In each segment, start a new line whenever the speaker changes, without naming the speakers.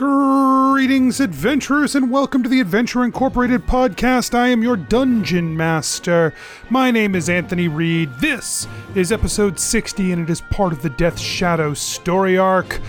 Greetings, adventurers, and welcome to the Adventure Incorporated podcast. I am your dungeon master. My name is Anthony Reed. This is episode 60, and it is part of the Death Shadow story arc.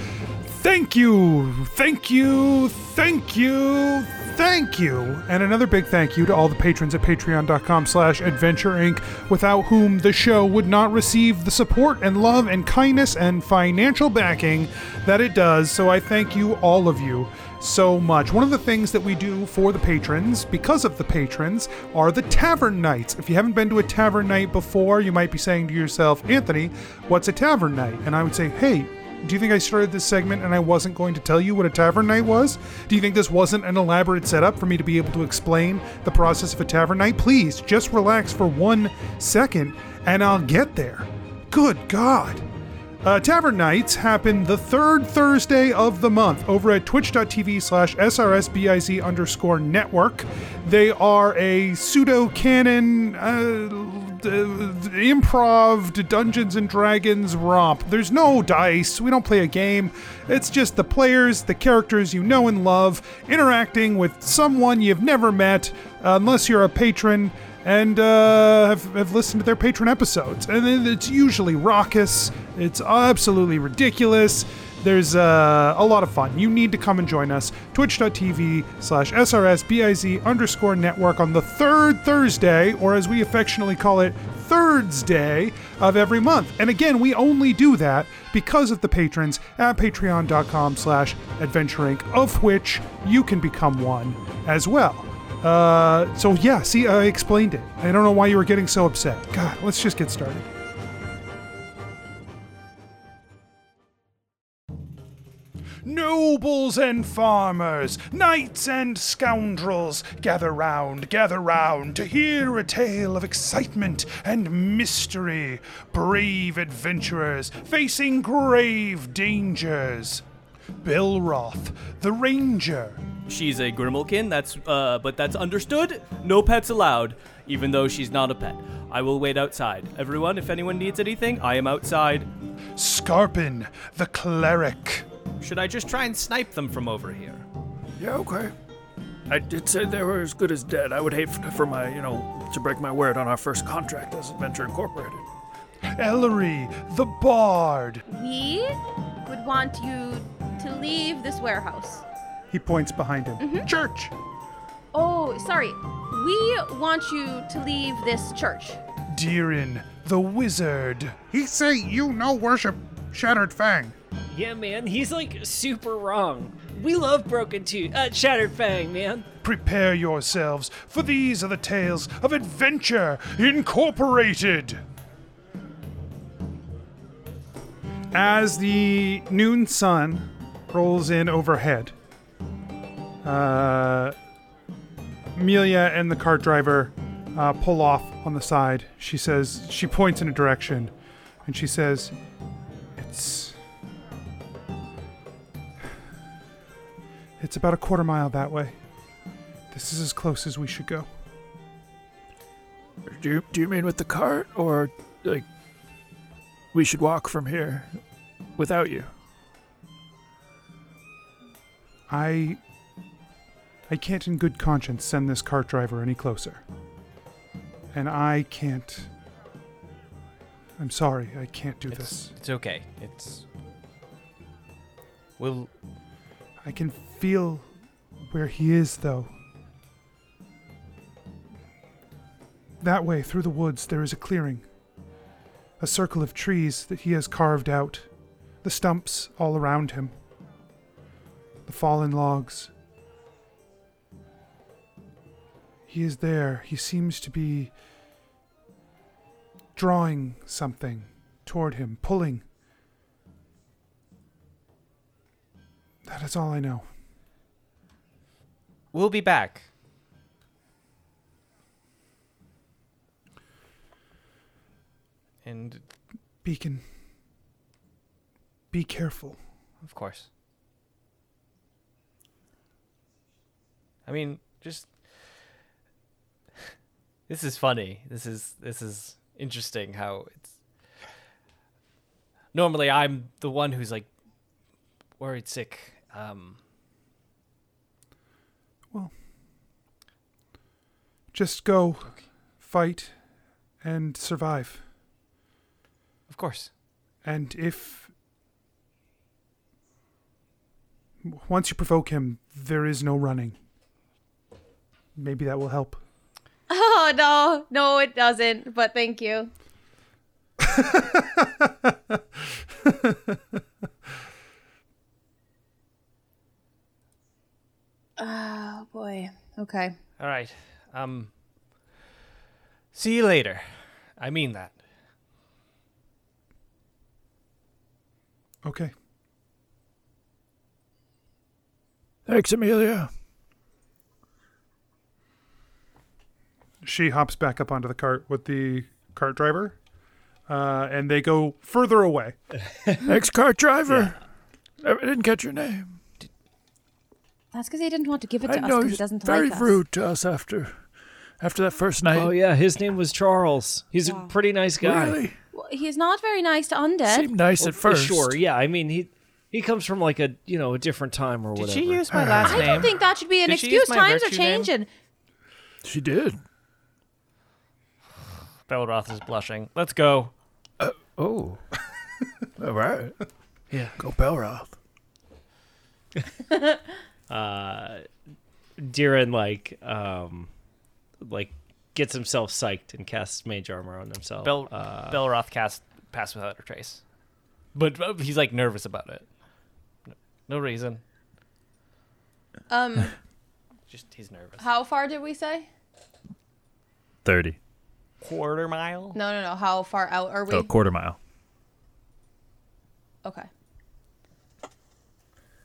Thank you, thank you, thank you, thank you, and another big thank you to all the patrons at patreon.com slash adventure inc, without whom the show would not receive the support and love and kindness and financial backing that it does. So I thank you, all of you, so much. One of the things that we do for the patrons, because of the patrons, are the tavern nights. If you haven't been to a tavern night before, you might be saying to yourself, Anthony, what's a tavern night? And I would say, hey, do you think I started this segment and I wasn't going to tell you what a tavern night was? Do you think this wasn't an elaborate setup for me to be able to explain the process of a tavern night? Please, just relax for one second and I'll get there. Good God. Uh, Tavern Nights happen the third Thursday of the month over at twitch.tv slash srsbiz underscore network. They are a pseudo-canon, uh, d- improv d- Dungeons and Dragons romp. There's no dice. We don't play a game. It's just the players, the characters you know and love, interacting with someone you've never met, uh, unless you're a patron and uh, have, have listened to their patron episodes. And then it's usually raucous. It's absolutely ridiculous. There's uh, a lot of fun. You need to come and join us. Twitch.tv slash SRSBIZ underscore network on the third Thursday, or as we affectionately call it, Thirds Day of every month. And again, we only do that because of the patrons at patreon.com slash adventure inc, of which you can become one as well. Uh, so yeah, see, I explained it. I don't know why you were getting so upset. God, let's just get started. Nobles and farmers, knights and scoundrels, gather round, gather round to hear a tale of excitement and mystery. Brave adventurers facing grave dangers. Bilroth, the ranger,
She's a grimalkin. That's uh, but that's understood. No pets allowed, even though she's not a pet. I will wait outside. Everyone, if anyone needs anything, I am outside.
Scarpin, the cleric.
Should I just try and snipe them from over here?
Yeah, okay. I did say they were as good as dead. I would hate f- for my, you know, to break my word on our first contract as Adventure Incorporated.
Ellery, the bard.
We would want you to leave this warehouse.
He points behind him. Church!
Oh, sorry. We want you to leave this church.
Deerin, the wizard. He say you no worship Shattered Fang.
Yeah, man, he's like super wrong. We love Broken Tooth, uh, Shattered Fang, man.
Prepare yourselves, for these are the tales of Adventure Incorporated. As the noon sun rolls in overhead, uh, Amelia and the cart driver uh, pull off on the side. She says, she points in a direction, and she says, It's. It's about a quarter mile that way. This is as close as we should go.
Do you, do you mean with the cart, or like we should walk from here without you?
I. I can't in good conscience send this cart driver any closer. And I can't. I'm sorry, I can't do this.
It's, it's okay. It's. We'll.
I can feel where he is, though. That way, through the woods, there is a clearing. A circle of trees that he has carved out, the stumps all around him, the fallen logs. He is there. He seems to be drawing something toward him, pulling. That is all I know.
We'll be back. And
Beacon, be careful.
of course. I mean, just This is funny. This is this is interesting how it's Normally I'm the one who's like worried sick. Um
well, just go fight and survive.
Of course.
And if. w- Once you provoke him, there is no running. Maybe that will help.
Oh no, no, it doesn't. But thank you. oh boy. Okay.
All right. Um. See you later. I mean that.
Okay.
Thanks, Amelia.
she hops back up onto the cart with the cart driver, uh, and they go further away.
Thanks, cart driver. I didn't catch your name.
That's because he didn't want to give it
I
to us
know
because he
he's
doesn't
very
like us.
rude to us after, after that first night.
Oh yeah, his name was Charles. He's a pretty nice guy.
Really?
Well, he's not very nice to undead.
Seemed nice at
Oh, For
first.
Sure, yeah. I mean, he he comes from like a you know a different time or
Did
whatever.
she use my last
I
name?
don't think that should be an
Did she
excuse.
use my
Times are
virtue name?
changing.
She did.
Belroth is blushing. Let's go.
Oh. All right. Yeah. Go Belroth.
Diran Uh, like um like gets himself psyched and casts mage armor on himself.
Bel Belroth cast Pass Without a Trace, but uh, he's like nervous about it. No, no reason.
Um,
Just he's nervous.
how far did we say?
30.
Quarter mile.
No, no, no. How far out are we?
Oh, quarter mile.
Okay.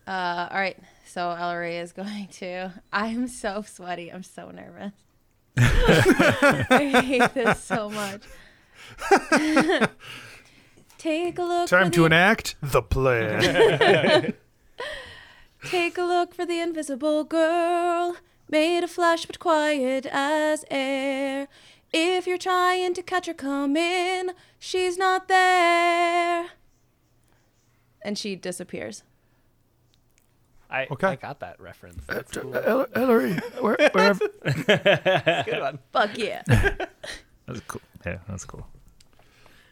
Uh, all right. So Ellery is going to. I'm so sweaty. I'm so nervous. I hate this so much. Take a look.
Time
for
to
the,
enact the plan.
Take a look for the invisible girl, made of flesh but quiet as air. If you're trying to catch her, come in. She's not there. And she disappears.
I
Okay.
I got that reference. That's cool.
El- Uh, Ellery, where, wherever,
Fuck yeah.
That's cool. Yeah, that's cool.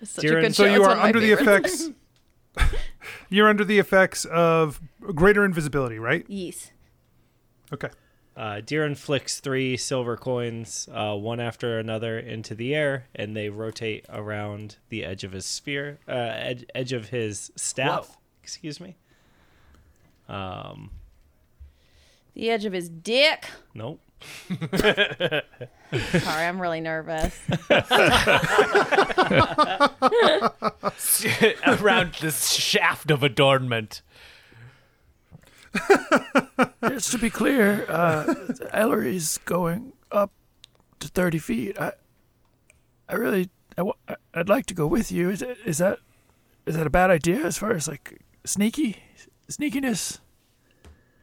Such
Darren,
a good
so
show. It's
you
one
are
of my
under the
favorites.
effects. you're under the effects of greater invisibility, right?
Yes.
Okay.
Uh, Diran flicks three silver coins, uh, one after another, into the air, and they rotate around the edge of his sphere, uh, edge, edge of his staff.
Whoa.
Excuse me. Um,
The edge of his dick.
nope.
Sorry, I'm really nervous.
Around this shaft of adornment.
just to be clear, uh, Ellery's going up to 30 feet. I, I really, I, wa- I- I'd like to go with you. Is, it, is that, is that a bad idea as far as like sneaky, sneakiness?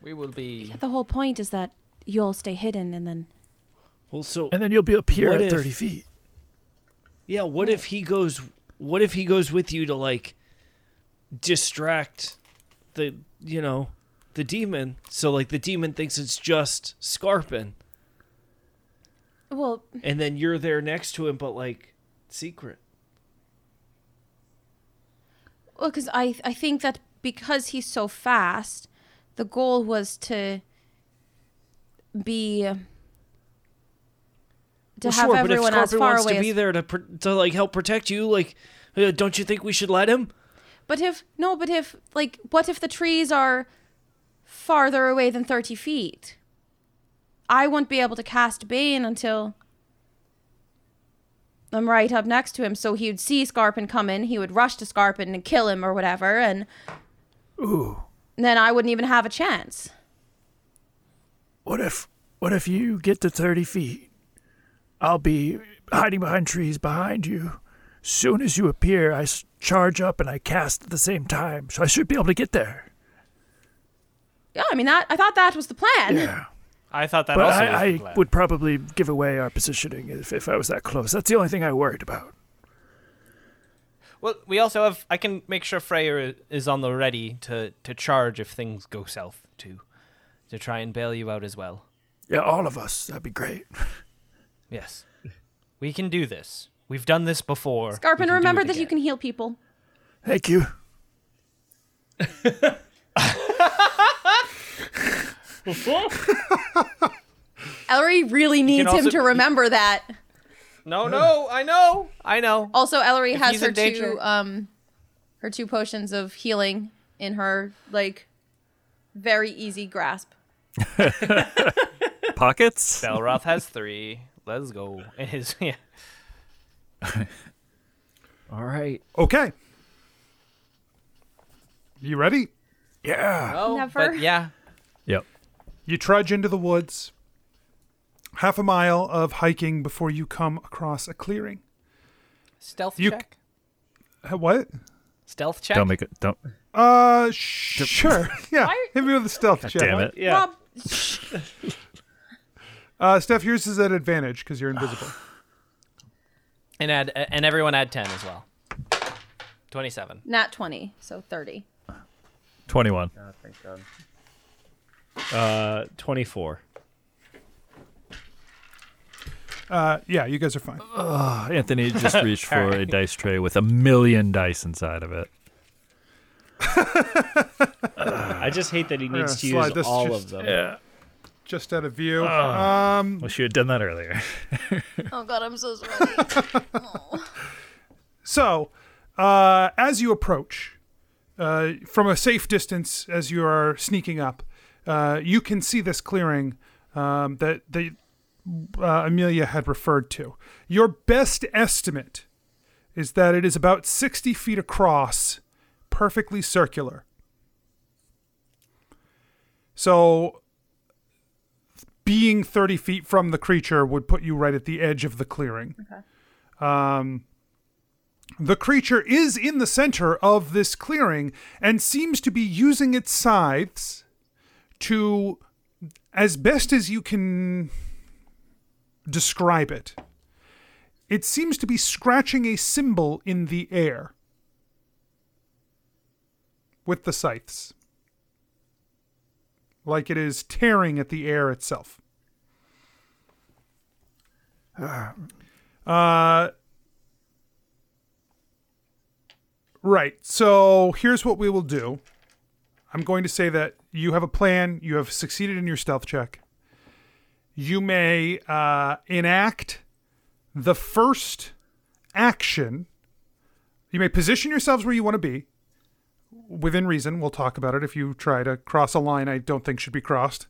We will be.
the whole point is that you'll stay hidden and then.
Well, so
And then you'll be up here
What
at
if-
30 feet.
yeah, what if he goes? What if he goes with you to like distract the you know the demon? So like the demon thinks it's just Scarpin,
Well,
and then you're there next to him, but like secret.
well, because I I think that because he's so fast, the goal was to be to
Well,
have
sure,
everyone
but if
as
Scorpion
far
wants
away
to be
as.
there to pr- to like help protect you, like uh, don't you think we should let him?
But if no, but if like, what if the trees are farther away than thirty feet? I won't be able to cast Bane until I'm right up next to him. So he'd see Scarpin coming. He would rush to Scarpin and kill him or whatever, and
Ooh,
then I wouldn't even have a chance.
what if, what if you get to 30 feet? I'll be hiding behind trees behind you. Soon as you appear, I s- charge up and I cast at the same time, so I should be able to get there.
Yeah, I mean that. I thought that was the plan.
Yeah.
I thought that
But
also.
I,
was the
I
plan.
would probably give away our positioning if, if I was that close. That's the only thing I worried about.
Well, we also have. I can make sure Freya is on the ready to to charge if things go south too, to try and bail you out as well.
Yeah, all of us. That'd be great.
Yes. We can do this. We've done this before. We can
Scarpin,
do
remember
it
that you
again.
can heal people.
Thank you.
Ellery really needs him
also-
to remember that.
No, no, I know. I know.
Also, Ellery has
he's in
her two
danger-
um, her two potions of healing in her like very easy grasp.
Pockets?
Belroth has three. Let's go. And his yeah.
All right.
Okay. You ready?
Yeah.
Oh,
Never.
But yeah.
Yep.
You trudge into the woods. Half a mile of hiking before you come across a clearing.
Stealth
You-
check.
Uh, What?
Stealth check.
Don't make it. Don't.
Uh, sh- sure. Yeah. Hit me with a stealth check.
Damn it.
Yeah.
Rob,
Uh, Steph, yours is at advantage because you're invisible.
and add uh, and everyone add ten as well. Twenty-seven.
not twenty, so thirty.
21.
Uh, 24.
Uh, yeah, you guys are fine.
Oh, Anthony just reached for a dice tray with a million dice inside of it.
I just hate that he needs to
Uh, slide
use
this
all
just-
of them.
Just out of view.
Uh, Wish you had done that earlier.
Oh god, I'm so sweaty.
So, uh, as you approach, uh, from a safe distance, as you are sneaking up, uh, you can see this clearing um, that that uh, Amelia had referred to. Your best estimate is that it is about 60 feet across, perfectly circular. So, being 30 feet from the creature would put you right at the edge of the clearing. The creature is in the center of this clearing and seems to be using its scythes to, as best as you can describe it, it seems to be scratching a symbol in the air with the scythes. Like it is tearing at the air itself. Uh, Right. So here's what we will do. I'm going to say that you have a plan. You have succeeded in your stealth check. You may uh, enact the first action. You may position yourselves where you want to be within reason. We'll talk about it. If you try to cross a line, I don't think should be crossed.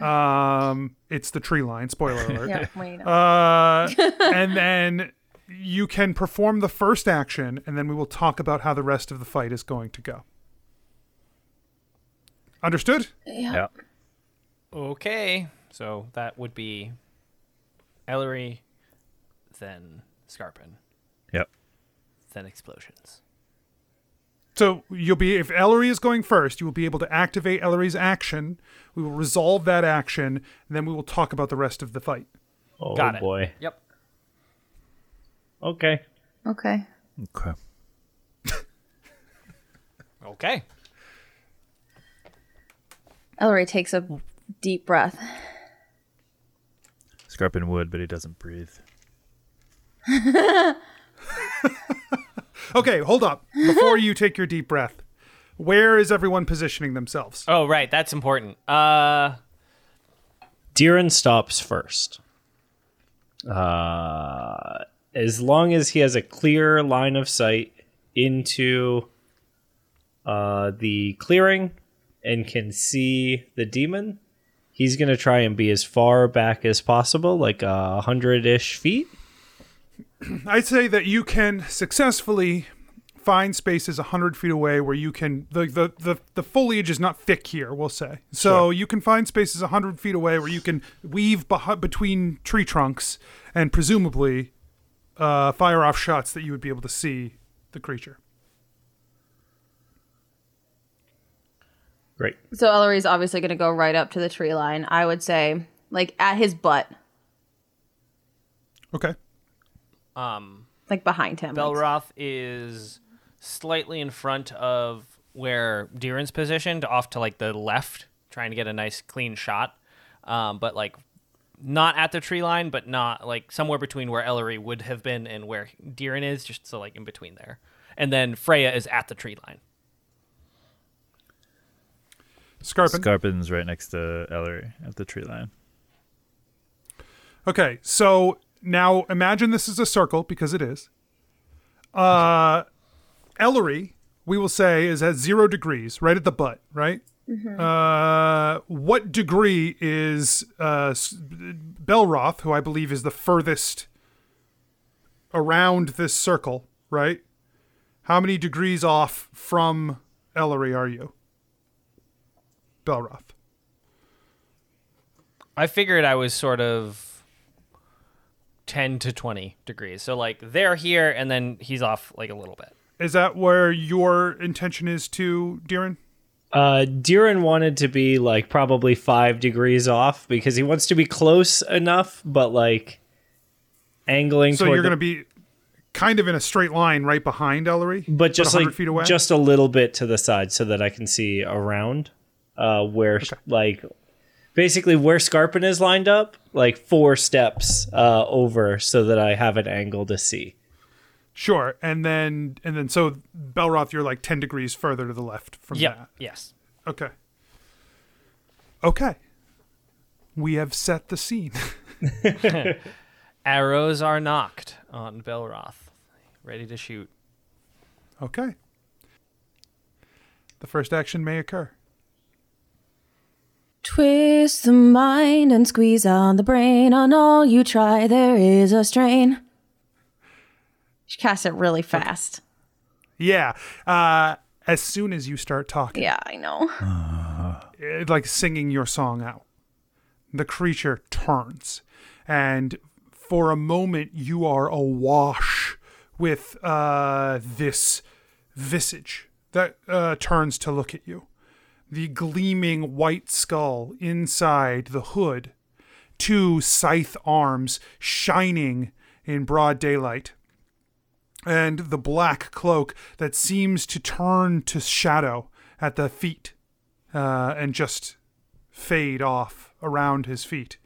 Um, it's the tree line. Spoiler alert.
yeah, wait.
Uh, and then you can perform the first action, and then we will talk about how the rest of the fight is going to go. Understood?
Yeah.
Okay. So that would be Ellery, then Scarpin,
Yep.
then explosions.
So you'll be if Ellery is going first, you will be able to activate Ellery's action. We will resolve that action, and then we will talk about the rest of the fight.
Oh,
Got it.
boy.
Yep.
Okay.
Okay.
Okay.
Okay.
Ellery takes a deep breath.
Scarpin wood, but he doesn't breathe.
Okay, hold up. Before you take your deep breath, where is everyone positioning themselves?
Oh right, that's important. Uh,
Deeren stops first. Uh, as long as he has a clear line of sight into uh, the clearing and can see the demon, he's going to try and be as far back as possible, like a hundred ish feet.
I'd say that you can successfully find spaces 100 feet away where you can the the the, the foliage is not thick here we'll say so you can find spaces 100 feet away where you can weave beh- between tree trunks and presumably uh, fire off shots that you would be able to see the creature
Great.
So Ellery's obviously going to go right up to the tree line. I would say, like at his butt,
okay
um,
like behind him.
Belroth is slightly in front of where Deeran's positioned, off to like the left, trying to get a nice clean shot. Um, but like not at the tree line, but not like somewhere between where Ellery would have been and where Deering is, just so like in between there. And then Freya is at the tree line.
Scarpin.
Scarpin's right next to Ellery at the tree line.
Okay, so now imagine this is a circle because it is. Uh, Ellery, we will say, is at zero degrees, right at the butt, right? Uh, what degree is uh, S- Belroth, who I believe is the furthest around this circle, right? How many degrees off from Ellery are you, Belroth?
I figured I was sort of 10 to 20 degrees. So like they're here and then he's off like a little bit.
Is that where your intention is to, Deeren?
Uh, Deeren wanted to be like probably five degrees off because he wants to be close enough, but like angling
So
toward.
you're
the-
going to be kind of in a straight line right behind Ellery,
but just
100
like
feet away.
just a little bit to the side so that I can see around uh where sh like basically where Scarpin is lined up like four steps uh over so that I have an angle to see
sure, and then and then so Belroth, you're like ten degrees further to the left from
Yeah.
that.
Yes.
Okay. Okay. We have set the scene.
Arrows are knocked on Belroth, ready to shoot.
okay. The first action may occur.
Twist the mind and squeeze on the brain. On all you try, there is a strain.
She casts it really fast.
Yeah. Uh, as soon as you start talking,
Yeah, I know.
it- eh, like singing your song out, the creature turns, and for a moment you are awash with uh, this visage that uh, turns to look at you. The gleaming white skull inside the hood, two scythe arms shining in broad daylight, and the black cloak that seems to turn to shadow at the feet uh, and just fade off around his feet.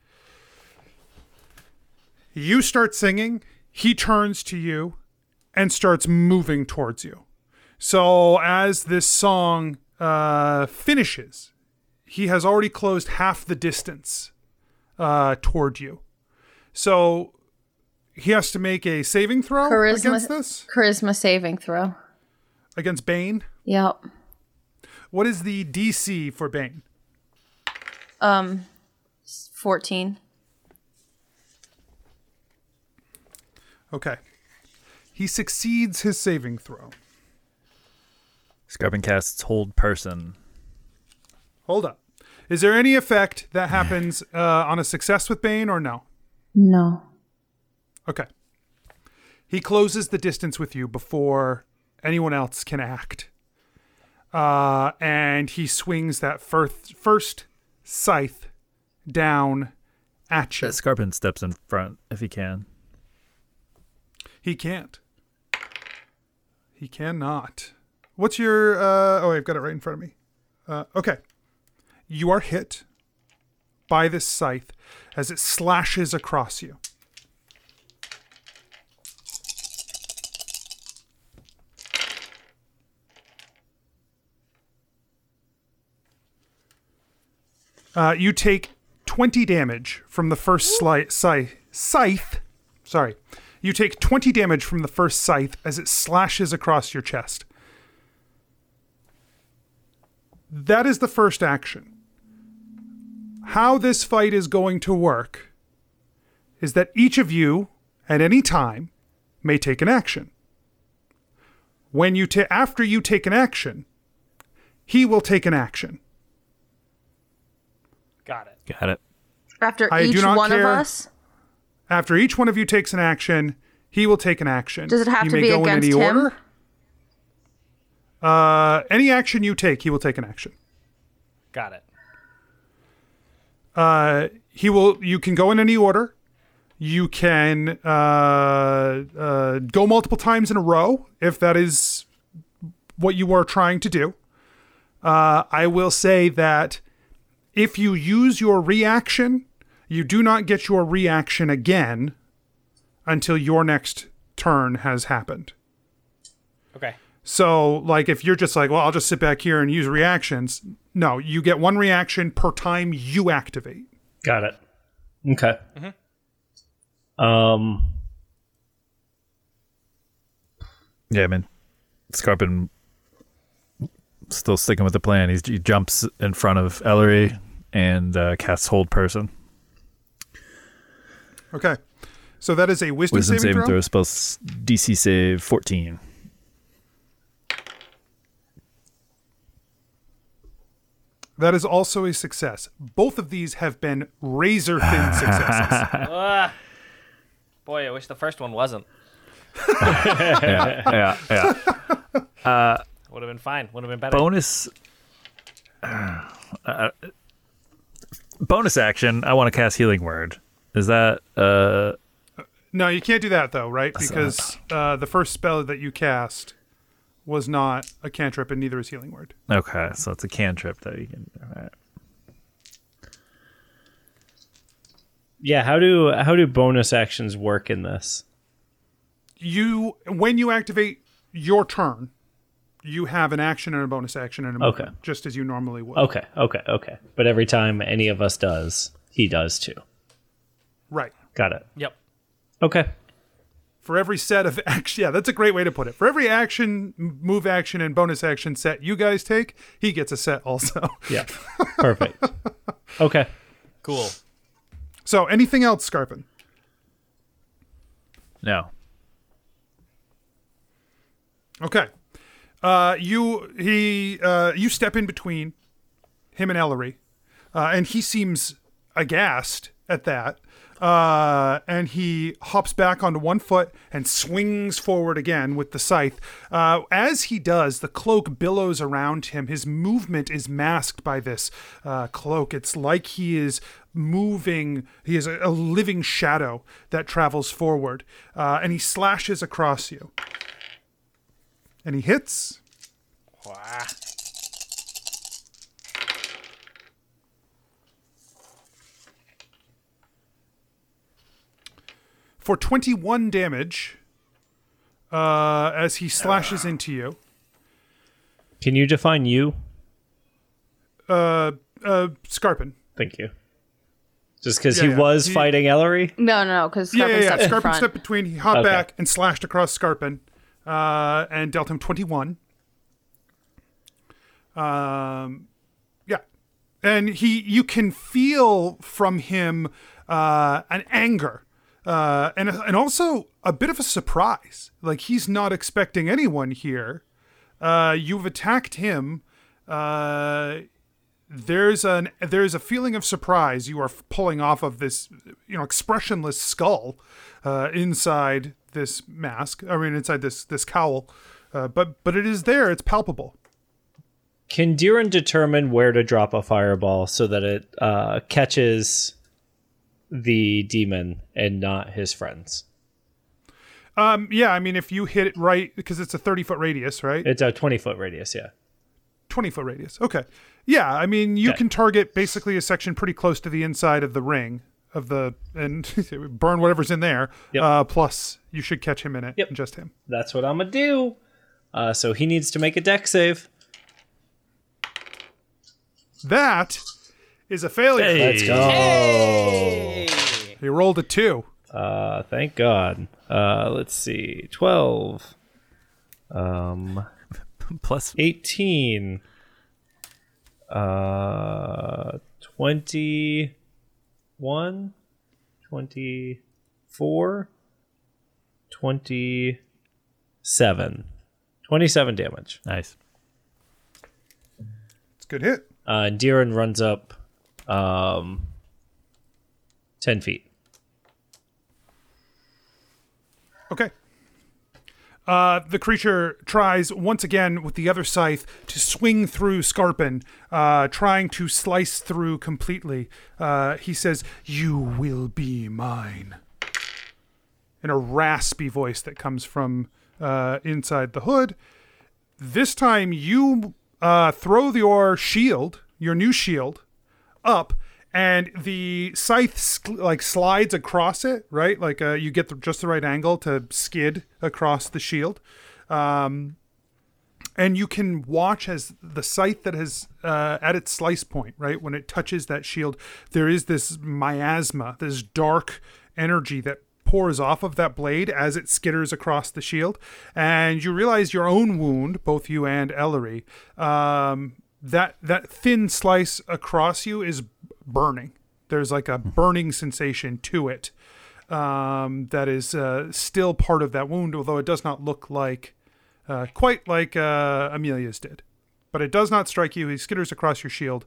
You start singing, he turns to you and starts moving towards you. So as this song uh, finishes, he has already closed half the distance uh, toward you. So he has to make a saving throw against this,
charisma saving throw.
against Bane.
Yep.
What is the DC for Bane?
Um, fourteen.
Okay. He succeeds his saving throw.
Scarpin casts Hold Person.
Hold up. Is there any effect that happens uh, on a success with Bane or no?
No.
Okay. He closes the distance with you before anyone else can act. Uh, and he swings that first, first scythe down at you.
Scarpin steps in front if he can.
He can't. He cannot. What's your? Uh, oh, I've got it right in front of me. Uh, okay, you are hit by this scythe as it slashes across you. Uh, you take 20 damage from the first sli- scythe. Scythe. Sorry. You take 20 damage from the first scythe as it slashes across your chest. That is the first action. How this fight is going to work is that each of you, at any time, may take an action. When you ta- after you take an action, he will take an action.
Got it.
Got it.
After
I do
each
not
one
care.
of us,
After each one of you takes an action, he will take an action.
Does it have
you
to
may
be
go
against
in any
him?
order. Uh, any action you take, he will take an action.
Got it.
Uh, he will. You can go in any order. You can uh, uh, go multiple times in a row if that is what you are trying to do. Uh, I will say that if you use your reaction, You do not get your reaction again until your next turn has happened.
Okay.
So, like, if you're just like, well, I'll just sit back here and use reactions, no, you get one reaction per time you activate.
Got it. Okay.
Mm-hmm.
Um.
Yeah, man. Scarpin still sticking with the plan. He's, he jumps in front of Ellery and uh, casts Hold Person.
Okay. So that is a wisdom,
Wisdom saving
throw.
throw spell s- DC save 14.
That is also a success. Both of these have been razor thin successes.
Boy, I wish the first one wasn't.
Yeah, yeah, yeah.
Would have been fine. Would have been better.
bonus uh, bonus action i want to cast healing word is that uh
No, you can't do that though, right? Because uh, the first spell that you cast was not a cantrip, and neither is healing word.
okay so it's a cantrip that you can all right.
Yeah. How do how do bonus actions work in this?
You, when you activate your turn, you have an action and a bonus action and a
Okay.
movement, just as you normally would.
Okay. Okay. Okay. But every time any of us does, he does too.
Right.
Got it.
Yep.
Okay.
For every set of action, yeah, that's a great way to put it. For every action, m- move action, and bonus action set you guys take, he gets a set also.
Yeah. Perfect. Okay.
Cool.
So, anything else, Scarpin?
no
Okay. Uh, you he uh, you step in between him and Ellery, uh, and he seems aghast at that. Uh, and he hops back onto one foot and swings forward again with the scythe. Uh, as he does, the cloak billows around him. His movement is masked by this uh, cloak. It's like he is moving, he is a, a living shadow that travels forward. Uh, and he slashes across you. And he hits. For 21 damage uh, as he slashes into you.
Can you define you?
Uh, uh, Scarpin.
Thank you. Just because
Yeah,
he
yeah.
was
He-
fighting Ellery.
No, no, because
Yeah, yeah, yeah.
stepped in
Scarpin
front.
stepped between. He hopped
Okay.
back and slashed across Scarpin uh, and dealt him 21. Um, yeah. And he, you can feel from him uh, an anger uh, and, and also a bit of a surprise. Like he's not expecting anyone here. Uh, you've attacked him. Uh, there's an there's a feeling of surprise you are f- pulling off of this you know expressionless skull uh, inside this mask i mean inside this this cowl uh, but but it is there it's palpable
Can Diran determine where to drop a fireball so that it uh, catches the demon and not his friends?
um yeah i mean if you hit it right because it's a 30 foot radius right
It's a 20 foot radius, yeah.
20 foot radius okay yeah i mean you
Okay.
can target basically a section pretty close to the inside of the ring of the and burn whatever's in there
Yep.
uh plus you should catch him in it
Yep.
just him
That's what I'm going to do. Uh, so he needs to make a deck save.
that is a failure
Let's go.
he rolled a two
Uh, thank God. Uh, let's see. 12, um,
plus
18, uh, 21, 24, 27. 27 damage.
nice
it's a good hit
Uh, and Diran runs up um, 10 feet.
Okay. Uh, the creature tries once again with the other scythe to swing through Scarpin, uh, trying to slice through completely. Uh, he says, You will be mine. In a raspy voice that comes from uh, inside the hood. This time you uh, throw your shield, your new shield, up and the scythe sc- like slides across it, right? Like uh, you get the, just the right angle to skid across the shield, um, and you can watch as the scythe that has uh, at its slice point, right when it touches that shield, there is this miasma, this dark energy that pours off of that blade as it skitters across the shield, and you realize your own wound, both you and Ellery. Um, that that thin slice across you is burning. There's like a burning sensation to it um, that is uh, still part of that wound, although it does not look like uh, quite like uh, Amelia's did. But it does not strike you. He skitters across your shield,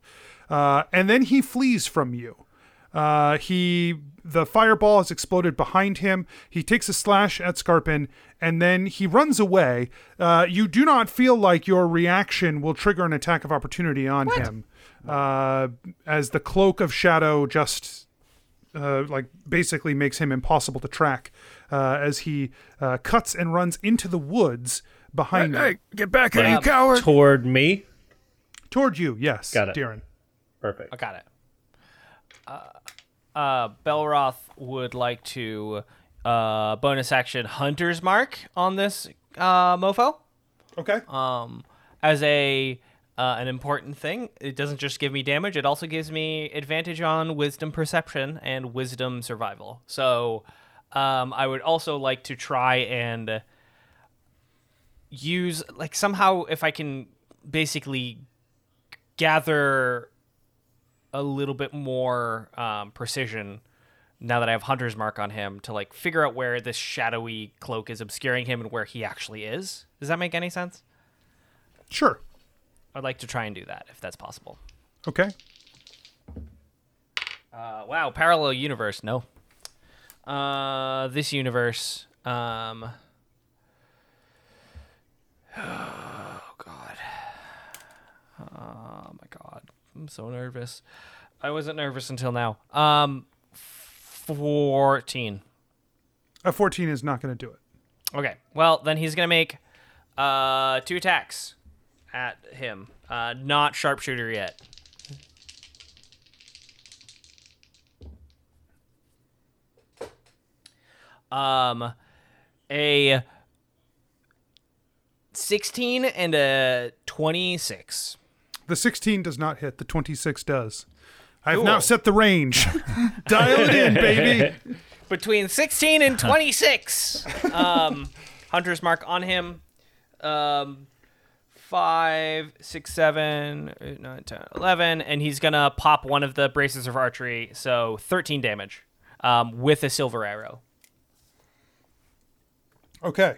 uh, and then he flees from you. Uh, he the fireball has exploded behind him. He takes a slash at Scarpin, and then he runs away. Uh, you do not feel like your reaction will trigger an attack of opportunity on him, uh, as the cloak of shadow just uh, like basically makes him impossible to track uh, as he uh, cuts and runs into the woods behind you.
Hey, get back here, you coward!
Toward me.
toward you. Yes,
Got it.
Darren.
Perfect.
I got it. Uh, uh, Belroth would like to uh, bonus action Hunter's Mark on this uh, mofo
Okay.
um, as a uh, an important thing. It doesn't just give me damage; it also gives me advantage on Wisdom Perception and Wisdom Survival. So, um, I would also like to try and use like somehow if I can basically gather a little bit more um, precision now that I have Hunter's Mark on him to like figure out where this shadowy cloak is obscuring him and where he actually is. Does that make any sense?
sure.
I'd like to try and do that if that's possible.
Okay.
Uh, wow, parallel universe. No. Uh, this universe. Um. Oh God. Oh my God. I'm so nervous. I wasn't nervous until now. Um, fourteen.
A fourteen is not going to do it.
Okay. Well, then he's gonna make uh two attacks at him. Uh, not sharpshooter yet. Um, a sixteen and a twenty-six.
The 16 does not hit, the 26 does. I have now set the range. Dial it in, baby.
between 16 and 26. um, Hunter's mark on him. Um, 5, six, seven, eight, nine, 10, 11. And he's going to pop one of the braces of archery. So 13 damage um, with a silver arrow.
Okay.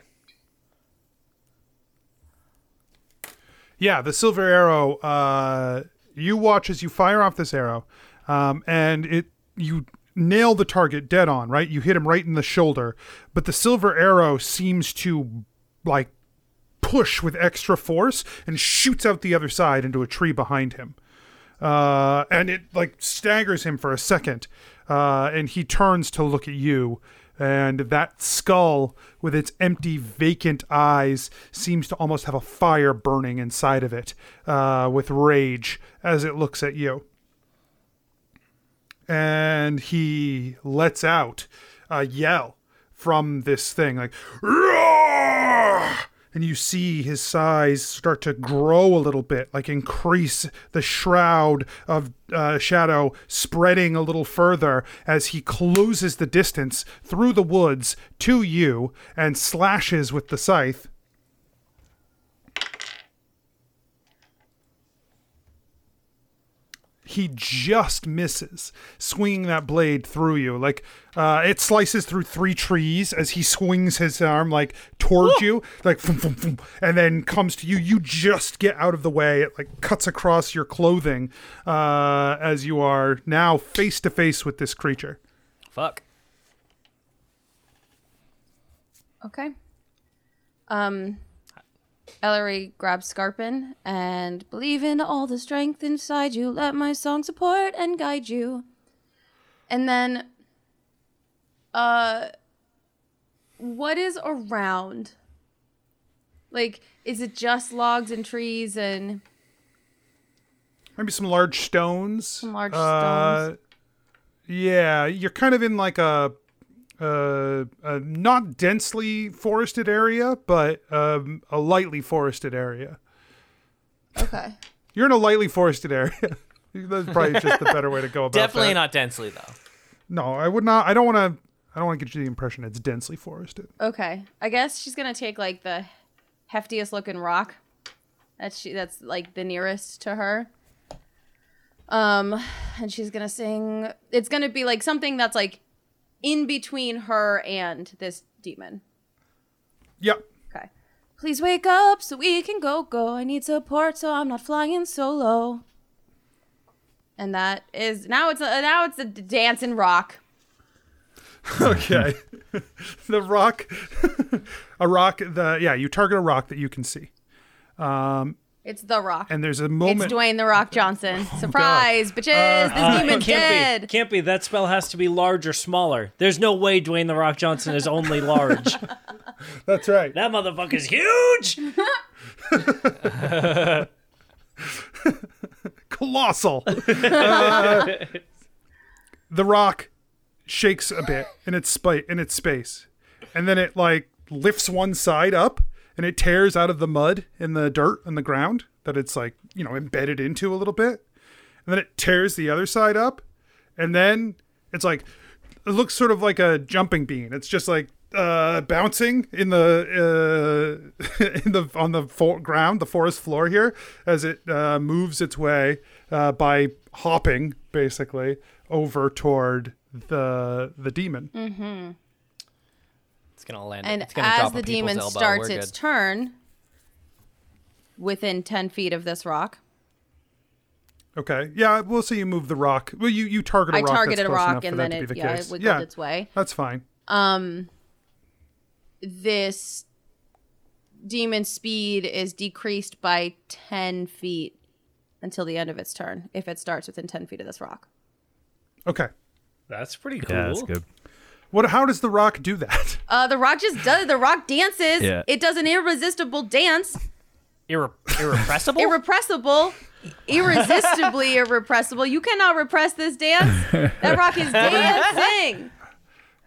Yeah, the silver arrow. Uh, you watch as you fire off this arrow, um, and it you nail the target dead on. Right, you hit him right in the shoulder, but the silver arrow seems to like push with extra force and shoots out the other side into a tree behind him. Uh, and it like staggers him for a second, uh, and he turns to look at you, and that skull with its empty, vacant eyes seems to almost have a fire burning inside of it uh, with rage as it looks at you. And he lets out a yell from this thing, like "Roar!" and you see his size start to grow a little bit, like increase the shroud of uh, shadow spreading a little further as he closes the distance through the woods to you and slashes with the scythe. he just misses swinging that blade through you like uh, it slices through three trees as he swings his arm like towards you like thump, thump, thump, and then comes to you you just get out of the way it like cuts across your clothing uh, as you are now face to face with this creature
Fuck.
Okay. Um, Ellery grabs Scarpin and believe in all the strength inside you. Let my song support and guide you. And then, uh, what is around? Like, is it just logs and trees and
maybe some large stones. Some
large stones.
Yeah, you're kind of in like a, a, a not densely forested area, but um, a lightly forested area.
Okay.
You're in a lightly forested area. That's probably just the better way to go about
Definitely
that.
not densely though.
No, I would not. I don't want to. I don't want to get you the impression it's densely forested.
Okay. I guess she's gonna take like the heftiest looking rock. That's she that's like the nearest to her. Um and she's gonna sing it's gonna be like something that's like in between her and this demon.
Yep.
Okay.
Please wake up so we can go go. I need support so I'm not flying solo.
And that is now it's a, now it's a d- dancing rock.
Okay. the rock, a rock. The yeah, you target a rock that you can see,
It's the rock.
and there's a
it's
moment.
Dwayne the Rock Johnson. Surprise, bitches! this
Uh-huh.
demon's
Uh, can't be.
dead.
Can't be. That spell has to be large or smaller. There's no way Dwayne the Rock Johnson is only large.
That's right.
that motherfucker's huge.
colossal. Uh, the rock shakes a bit in its spite in its space, and then it like lifts one side up and it tears out of the mud and the dirt and the ground that it's like you know embedded into a little bit, and then it tears the other side up, and then it's like it looks sort of like a jumping bean. It's just like uh, bouncing in the uh, in the on the for- ground, the forest floor here, as it uh, moves its way uh, by hopping basically over toward the the demon.
Mm.
It's gonna land.
And
it's gonna
as
drop
the
on people's
demon
elbow.
starts
We're
its
good.
turn within 10 feet of this rock,
Okay, yeah, we'll say you move the rock. Well, you you target a
I
rock. that's
targeted a
close enough
rock
for
and
that
then
to be
it,
the
yeah,
case.
it wiggled
yeah,
its way.
That's fine.
This demon speed is decreased by 10 feet until the end of its turn if it starts within 10 feet of this rock.
Okay,
That's pretty cool.
Yeah, that's good.
what? How does the rock do that?
Uh, the rock just does, the rock dances.
Yeah.
It does an irresistible dance.
Irre- irrepressible.
irrepressible, irresistibly irrepressible. You cannot repress this dance. That rock is dancing.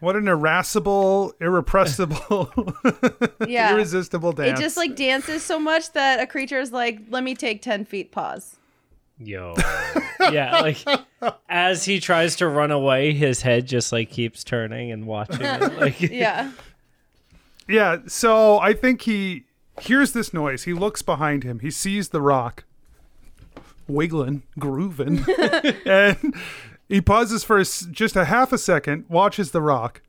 What an irascible, irrepressible,
Yeah.
irresistible
It
dance.
just like dances so much that a creature is like, let me take 10 feet pause.
Yo. yeah, like as he tries to run away, his head just like keeps turning and watching. It. Like
Yeah.
Yeah, so I think he hears this noise. He looks behind him. He sees the rock wiggling, grooving. and he pauses for a s just a half a second, watches the rock,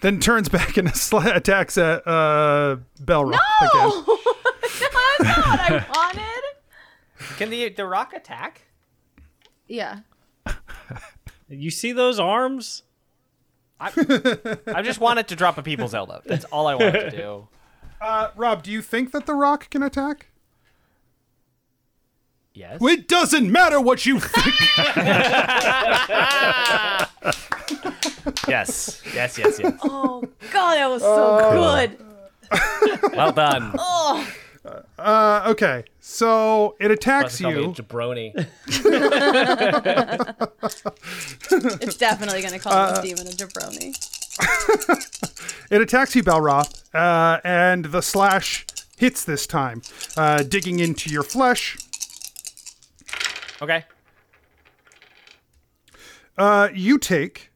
then turns back and sla- attacks at uh, Belrock again.
Oh, that's not what I wanted.
Can the the rock attack?
Yeah.
You see those arms?
I just want it to drop on people's elbow. That's all I want it to do.
Uh, Rob, do you think that the rock can attack?
Yes.
It doesn't matter what you think.
Yes. Yes. Yes. Yes.
Oh, God, that was so good.
Well done.
uh, okay, so it attacks
Call me a
you.
jabroni.
It's definitely going to call this demon a jabroni.
It attacks you, Balroth, uh, and the slash hits this time, uh, digging into your flesh.
Okay.
Uh, you take.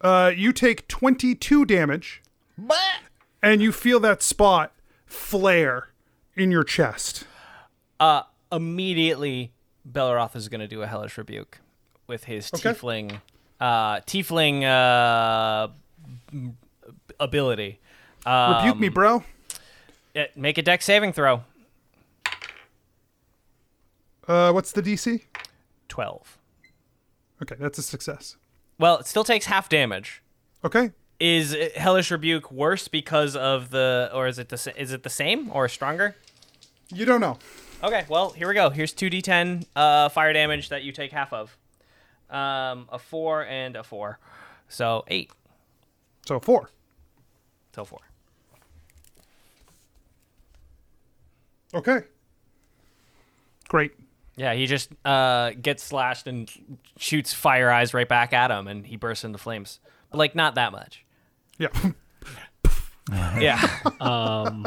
Uh, you take 22 damage, and you feel that spot flare in your chest.
Uh, Immediately, Belleroth is going to do a hellish rebuke with his tiefling, uh, tiefling uh, m- ability.
Rebuke me, bro.
Yeah, make a deck saving throw.
Uh, what's the DC?
Twelve.
Okay, that's a success.
Well, it still takes half damage.
Okay.
Is hellish rebuke worse because of the, or is it the sa- is it the same or stronger?
You don't know.
Okay, well, here we go. Here's 2d10 uh, fire damage that you take half of. Um, a 4 and a 4. So 8.
So, four.
So 4.
Okay. Great.
Yeah, he just uh, gets slashed and shoots fire eyes right back at him, and he bursts into flames. But like, not that much.
Yeah.
Yeah,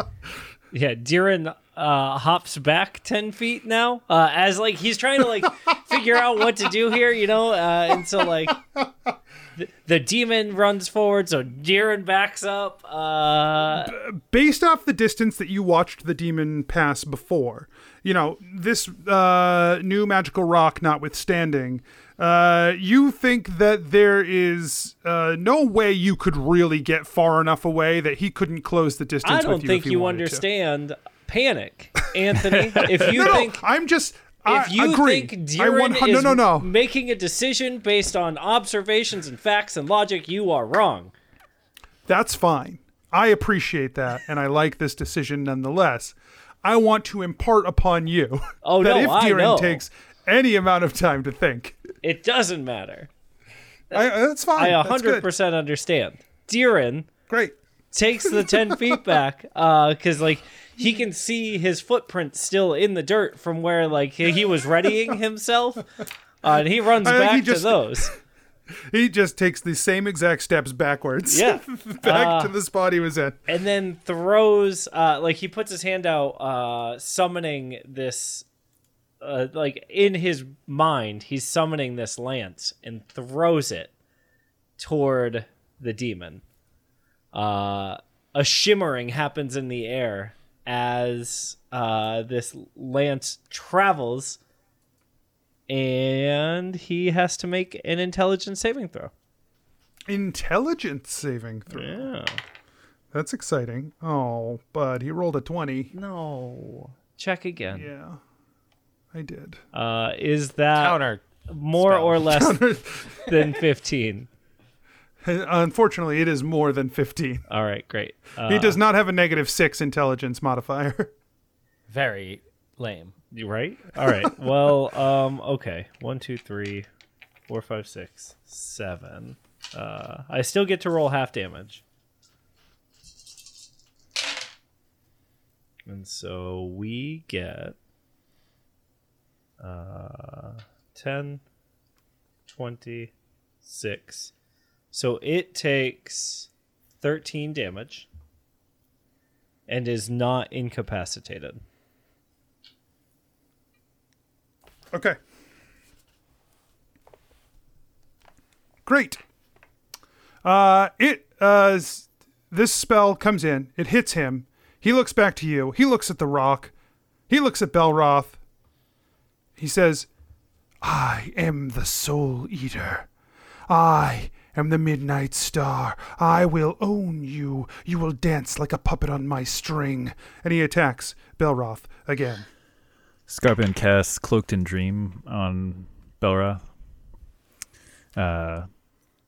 Yeah, Diran uh, hops back ten feet now, uh, as like he's trying to like figure out what to do here, you know. Uh, and so like the, the demon runs forward, so Diran backs up. Uh,
Based off the distance that you watched the demon pass before, you know, this uh, new magical rock notwithstanding, uh, you think that there is uh, no way you could really get far enough away that he couldn't close the distance
I
with
don't
you
think
if he
you
wanted to.
understand panic, Anthony. If you
No, no,
think
I'm just.
if
I
you
agree.
think
I
Diran
want,
is
no, no, no.
making a decision based on observations and facts and logic, you are wrong.
That's fine. I appreciate that, and I like this decision nonetheless. I want to impart upon you
Oh,
that
no,
if
I
Deering
know.
takes any amount of time to think,
It doesn't matter.
I, uh, that's
I
fine.
a
That's good.
hundred percent understand. Diran
Great.
takes the ten feet back because like he can see his footprint still in the dirt from where like he he was readying himself, uh, and he runs
I think
back
he just-
to those.
He just takes the same exact steps backwards.
Yeah. Uh.
back to the spot he was in.
and then throws uh like he puts his hand out uh summoning this uh like in his mind he's summoning this lance and throws it toward the demon uh a shimmering happens in the air as uh this lance travels and he has to make an intelligence saving throw
Intelligence saving throw.
yeah
That's exciting. Oh, but he rolled a 20.
no check again
Yeah. I did.
Uh, is that
counter.
more or less than 15?
Unfortunately, it is more than 15.
All right, great. Uh,
he does not have a negative 6 intelligence modifier.
Very lame.
you right? All right. Well, um, okay. One, two, three, four, five, six, seven. Uh, I still get to roll half damage. And so we get uh, 10, 20, 6. So it takes 13 damage and is not incapacitated.
Okay. Great. Uh, it uh, s- this spell comes in. It hits him. He looks back to you. He looks at the rock. He looks at Belroth. He says, "I am the Soul Eater. I." Am the midnight star. I will own you. You will dance like a puppet on my string. And he attacks Belroth again.
Scarpin casts Cloaked in Dream on Belroth. Uh,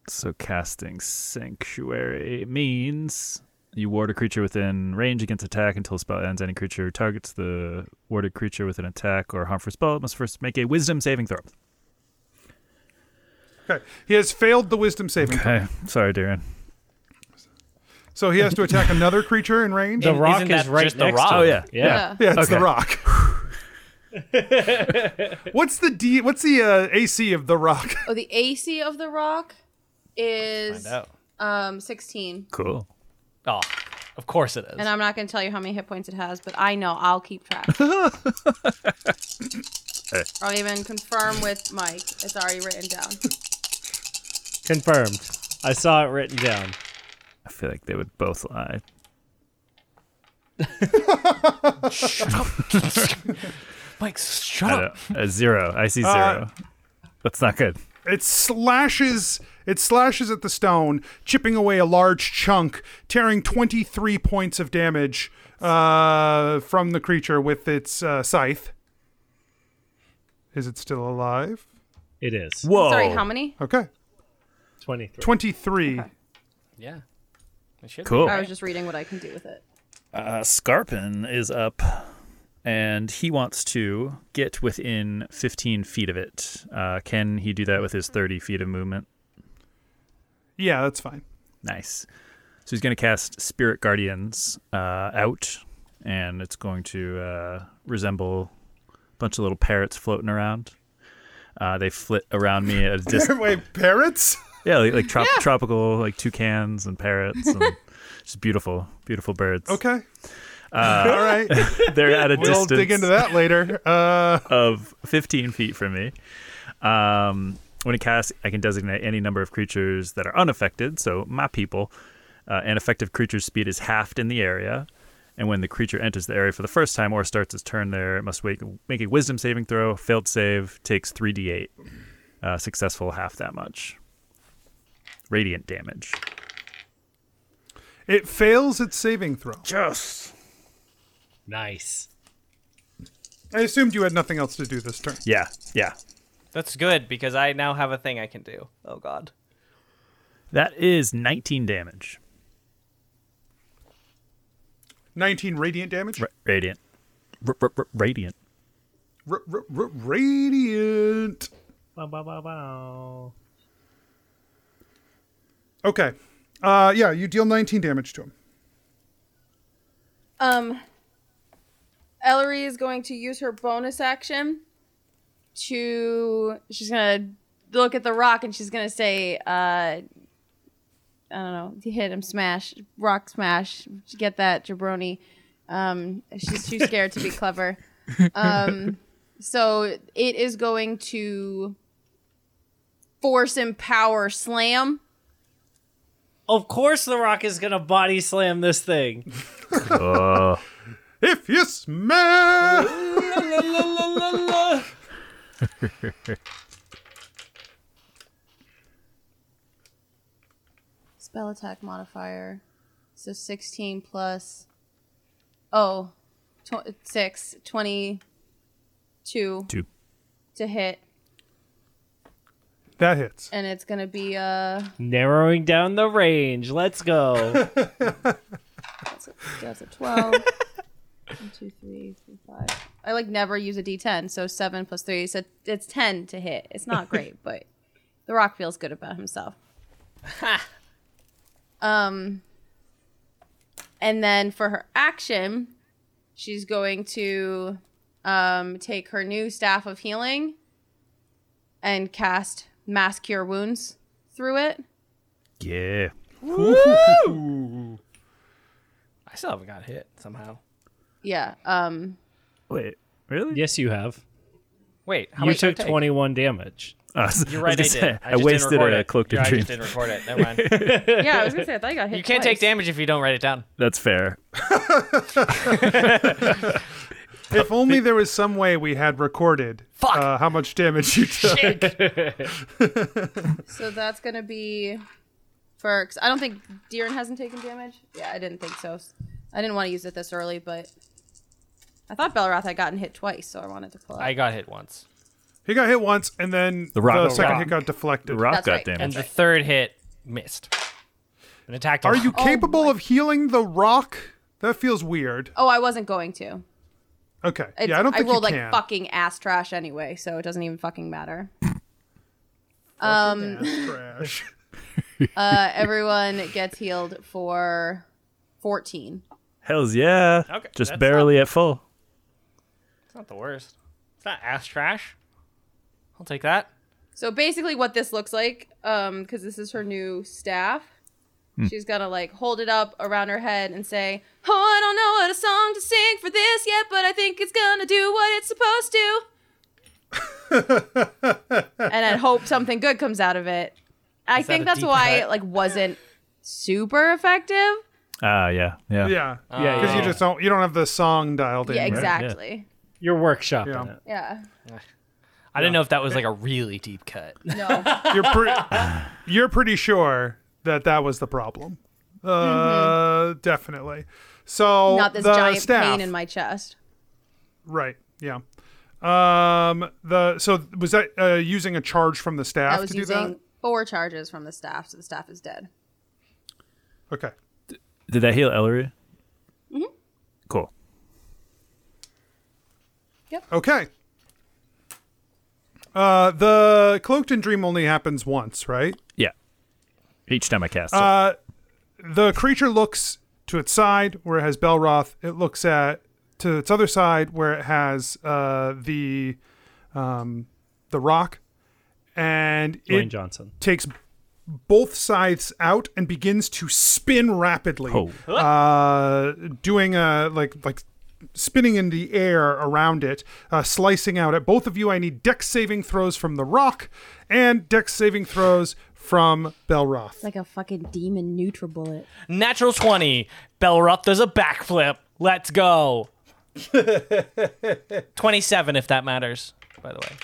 so casting Sanctuary means you ward a creature within range against attack until the spell ends. Any creature who targets the warded creature with an attack or harmful spell must first make a Wisdom saving throw.
Okay. He has failed the wisdom saving throw.
Okay, sorry, Darren.
So he has to attack another creature in range?
The
Isn't
rock
that
is right
just the
next
rock?
to
Oh,
him.
yeah.
yeah.
yeah, it's the rock. what's the D what's the uh, AC of the rock?
Oh, the AC of the rock is
Find out.
um 16.
Cool.
Oh, of course it is.
And I'm not going to tell you how many hit points it has, but I know I'll keep track. I'll even confirm with Mike. It's already written down.
Confirmed. I saw it written down.
I feel like they would both lie.
Mike, shut
I
Oh.
up.
don't- uh, zero. I see zero.
Uh,
That's not good.
It slashes it slashes at the stone, chipping away a large chunk, tearing 23 points of damage uh, from the creature with its uh, scythe. Is it still alive?
It is.
Whoa.
Sorry, how many?
Okay.
23.
23.
Yeah. It should be.
Cool.
I was just reading what I can do with it.
Uh, Scarpin is up, and he wants to get within 15 feet of it. Uh, can he do that with his 30 feet of movement?
Yeah, that's fine.
Nice. So he's going to cast Spirit Guardians uh, out, and it's going to uh, resemble bunch of little parrots floating around. Uh, they flit around me at a distance.
Wait, parrots?
yeah, like, like trop- tropical, like toucans and parrots. And just beautiful, beautiful birds.
Okay. All right.
They're at a
We'll
distance
dig into that later. Uh,
of 15 feet from me. Um, when it casts, I can designate any number of creatures that are unaffected, so my people. Uh, an effective creature's speed is halved in the area, and when the creature enters the area for the first time or starts its turn there, it must wake, make a wisdom saving throw. Failed save takes 3d8. Uh, successful, half that much. Radiant damage.
it fails its saving throw.
Nice.
I assumed you had nothing else to do this turn.
Yeah, yeah.
That's good because I now have a thing I can do. Oh God.
That is 19 damage.
19 radiant damage.
Ra- radiant. R- r- r- radiant.
R- r- r- radiant. Okay. Uh, yeah, you deal 19 damage to him.
Um, Ellery is going to use her bonus action to. She's gonna look at the rock and she's gonna say, uh, I don't know, hit him, smash, rock smash, get that jabroni. Um, she's too scared to be clever. Um, so it is going to force and power slam.
Of course, The Rock is gonna body slam this thing.
If you smell.
spell attack modifier. So 16 plus. Oh, tw- 6, 22
Two.
to hit.
That hits.
And it's going to be uh,
Narrowing down the range. Let's go.
that's a 12. One, two, three, three, five. I like never use a d10, so 7 plus 3. So it's 10 to hit. It's not great, but The Rock feels good about himself. um, and then for her action, she's going to um, take her new staff of healing and cast mass cure wounds through it.
Yeah.
I still haven't got hit somehow.
Yeah. Um,
Wait, really?
yes, you have.
Wait, how
you
much did I
took
take?
twenty-one damage.
Uh,
You're right, I,
I, was
did.
gonna say,
I,
I
just didn't
wasted
record
a
it.
cloaked
You're
in
right, I
dream.
just didn't record it. Never mind.
yeah, I was going to say, I thought you got hit
you can't take damage if you don't write it down.
That's fair.
If only there was some way we had recorded
Fuck.
Uh, how much damage you took.
So that's gonna be for. 'cause I don't think Deeren hasn't taken damage. Yeah, I didn't think so. I didn't want to use it this early, but I thought Belroth had gotten hit twice, so I wanted to pull out.
I got hit once,
He got hit once, and then the,
The rock- the
second
rock.
hit got deflected.
The rock
That's
got
right.
damage.
and the third hit missed. An attack.
Are you
Oh
capable
my-
of healing the rock? That feels weird.
oh, I wasn't going to.
Okay.
It's-
yeah, I don't think
rolled
you
like
can.
fucking ass trash anyway, so it doesn't even fucking matter.
That's trash.
Uh, everyone gets healed for fourteen.
Hells yeah.
Okay,
Just
that's
barely at full.
It's not the worst. It's not ass trash. I'll take that.
So basically, what this looks like, um, because this is her new staff,
Hmm.
she's gonna like hold it up around her head and say, "Oh, I don't know what a song to sing for this yet, but I think it's gonna do what it's supposed to." and I hope something good comes out of it. I
that
think
a
that's
deep
why
cut?
it like wasn't super effective.
Ah, yeah,
yeah.
yeah.
Yeah,
Because you
yeah.
just don't. You don't have the song dialed in.
Yeah,
right?
exactly.
You're workshopping
Yeah.
it.
Yeah.
I didn't know if that was like a really deep cut.
No.
You're pretty. you're pretty sure that that was the problem. Uh, definitely. So
Mm-hmm. Not this
the
giant
staff,
pain in my chest.
Right. Yeah. Um. The so was that uh, using a charge from the staff
I was
to
using
do
four charges from the staff, so the staff is dead.
that? Okay.
Did that heal Ellery? Mm-hmm. Cool.
Okay. Uh, the cloaked in dream only happens once, right?
Yeah. Each time I cast. it.
Uh, The creature looks to its side where it has Belroth. It looks at to its other side where it has uh, the um, the rock, and it
Dwayne Johnson.
takes both scythes out and begins to spin rapidly,
Oh.
uh, doing a like like spinning in the air around it, uh, slicing out at both of you. I need dex saving throws from the rock and dex saving throws from Belroth.
like a fucking demon Nutribullet.
Natural 20. Belroth does a backflip. Let's go. 27, if that matters, by the way.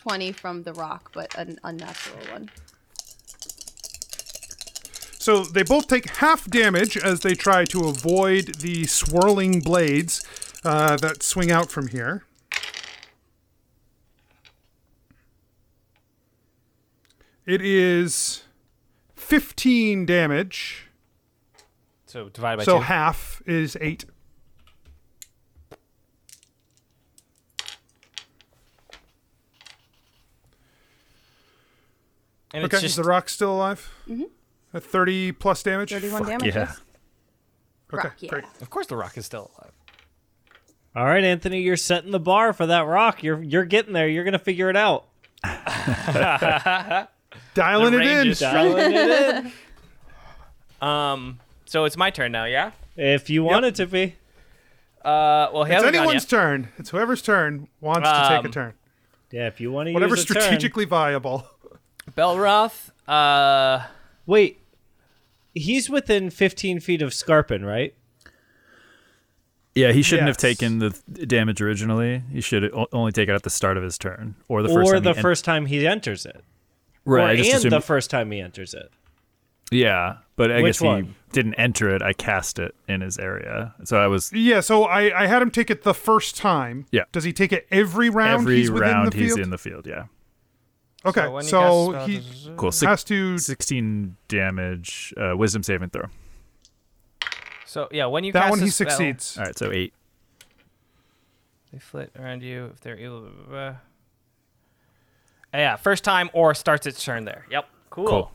20 from The Rock, but an unnatural one.
So they both take half damage as they try to avoid the swirling blades uh, that swing out from here. It is 15 damage.
So divided by
so
two.
half is 8.
and
Okay,
it's just
is the rock still alive? Mm-hmm. At 30 plus damage?
31 damage.
Yeah.
Okay,
Rock, yeah.
great.
Of course, the rock is still alive.
All right, Anthony, you're setting the bar for that rock. You're you're getting there. You're gonna figure it out.
Dialing it in.
Range is-
Dialing it in
Um, so it's my turn now, yeah.
if you want it to be.
Uh, well, he
It's
hasn't gone
anyone's
yet.
turn. It's whoever's turn wants to take a
Um,
turn.
Yeah, if you want to.
Whatever's
use a turn.
strategically viable.
Belroth. Uh,
Wait, he's within 15 feet of Scarpin, right?
Yeah, he shouldn't have
Yes.
taken the th- damage originally. He should o- only take it at the start of his turn or the first
or
time
the
he en-
first time he enters it,
right.
or
I
and
just assumed,
the first time he enters it.
yeah, but I
Which
guess he
one?
didn't enter it. I cast it in his area, so I was
Yeah, so I, I had him take it the first time.
Yeah.
Does he take it every round?
every
he's within
round
the
he's
field?
in the field. Yeah,
Okay,
So when
so,
he
he
casts spells-
cool. Six,
has to.
Sixteen damage, uh, wisdom saving throw.
so yeah, when you
That
cast
one
a
he
spell,
succeeds.
All right, so eight.
They flit around you if they're evil. Blah, blah, blah. Uh, yeah, first time or starts its turn there. Yep. Cool.
Cool.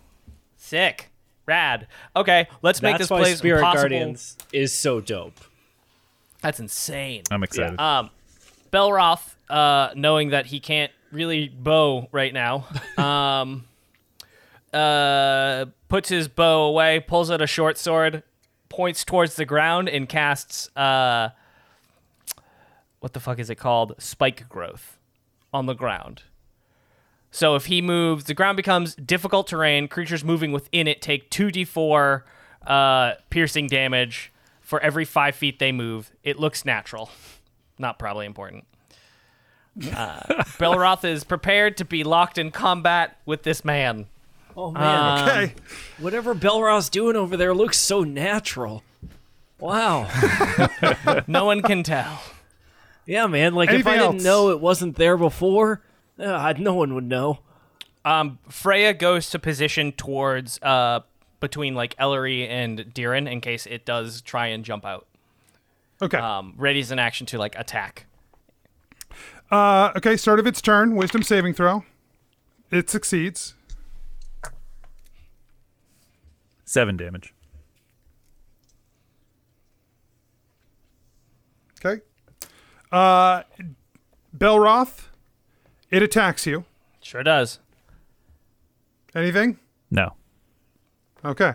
Sick. Rad. Okay, let's make
That's
this
why
place
Spirit
impossible.
Guardians is so dope.
That's insane.
I'm excited.
Um, Belroth, uh, knowing that he can't really bow right now, um, uh, puts his bow away, pulls out a short sword, points towards the ground, and casts uh, what the fuck is it called? Spike growth on the ground. So if he moves, the ground becomes difficult terrain. Creatures moving within it take 2d4 uh, piercing damage for every five feet they move. It looks natural. Not probably important. Uh, Belroth is prepared to be locked in combat with this man. Um,
Oh man,
Uh,
Okay.
whatever Belroth's doing over there looks so natural. Wow.
No one can tell.
yeah, man. Like if
Anything
I
else?
didn't know it wasn't there before, uh, I'd- no one would know.
Um, Freya goes to position towards uh, between like Ellery and Diran in case it does try and jump out.
Okay.
Um, readies an action to like attack.
Uh, okay, start of its turn. Wisdom saving throw. It succeeds.
Seven damage.
Okay. Uh, Belroth, it attacks you.
Sure does.
Anything?
No.
Okay.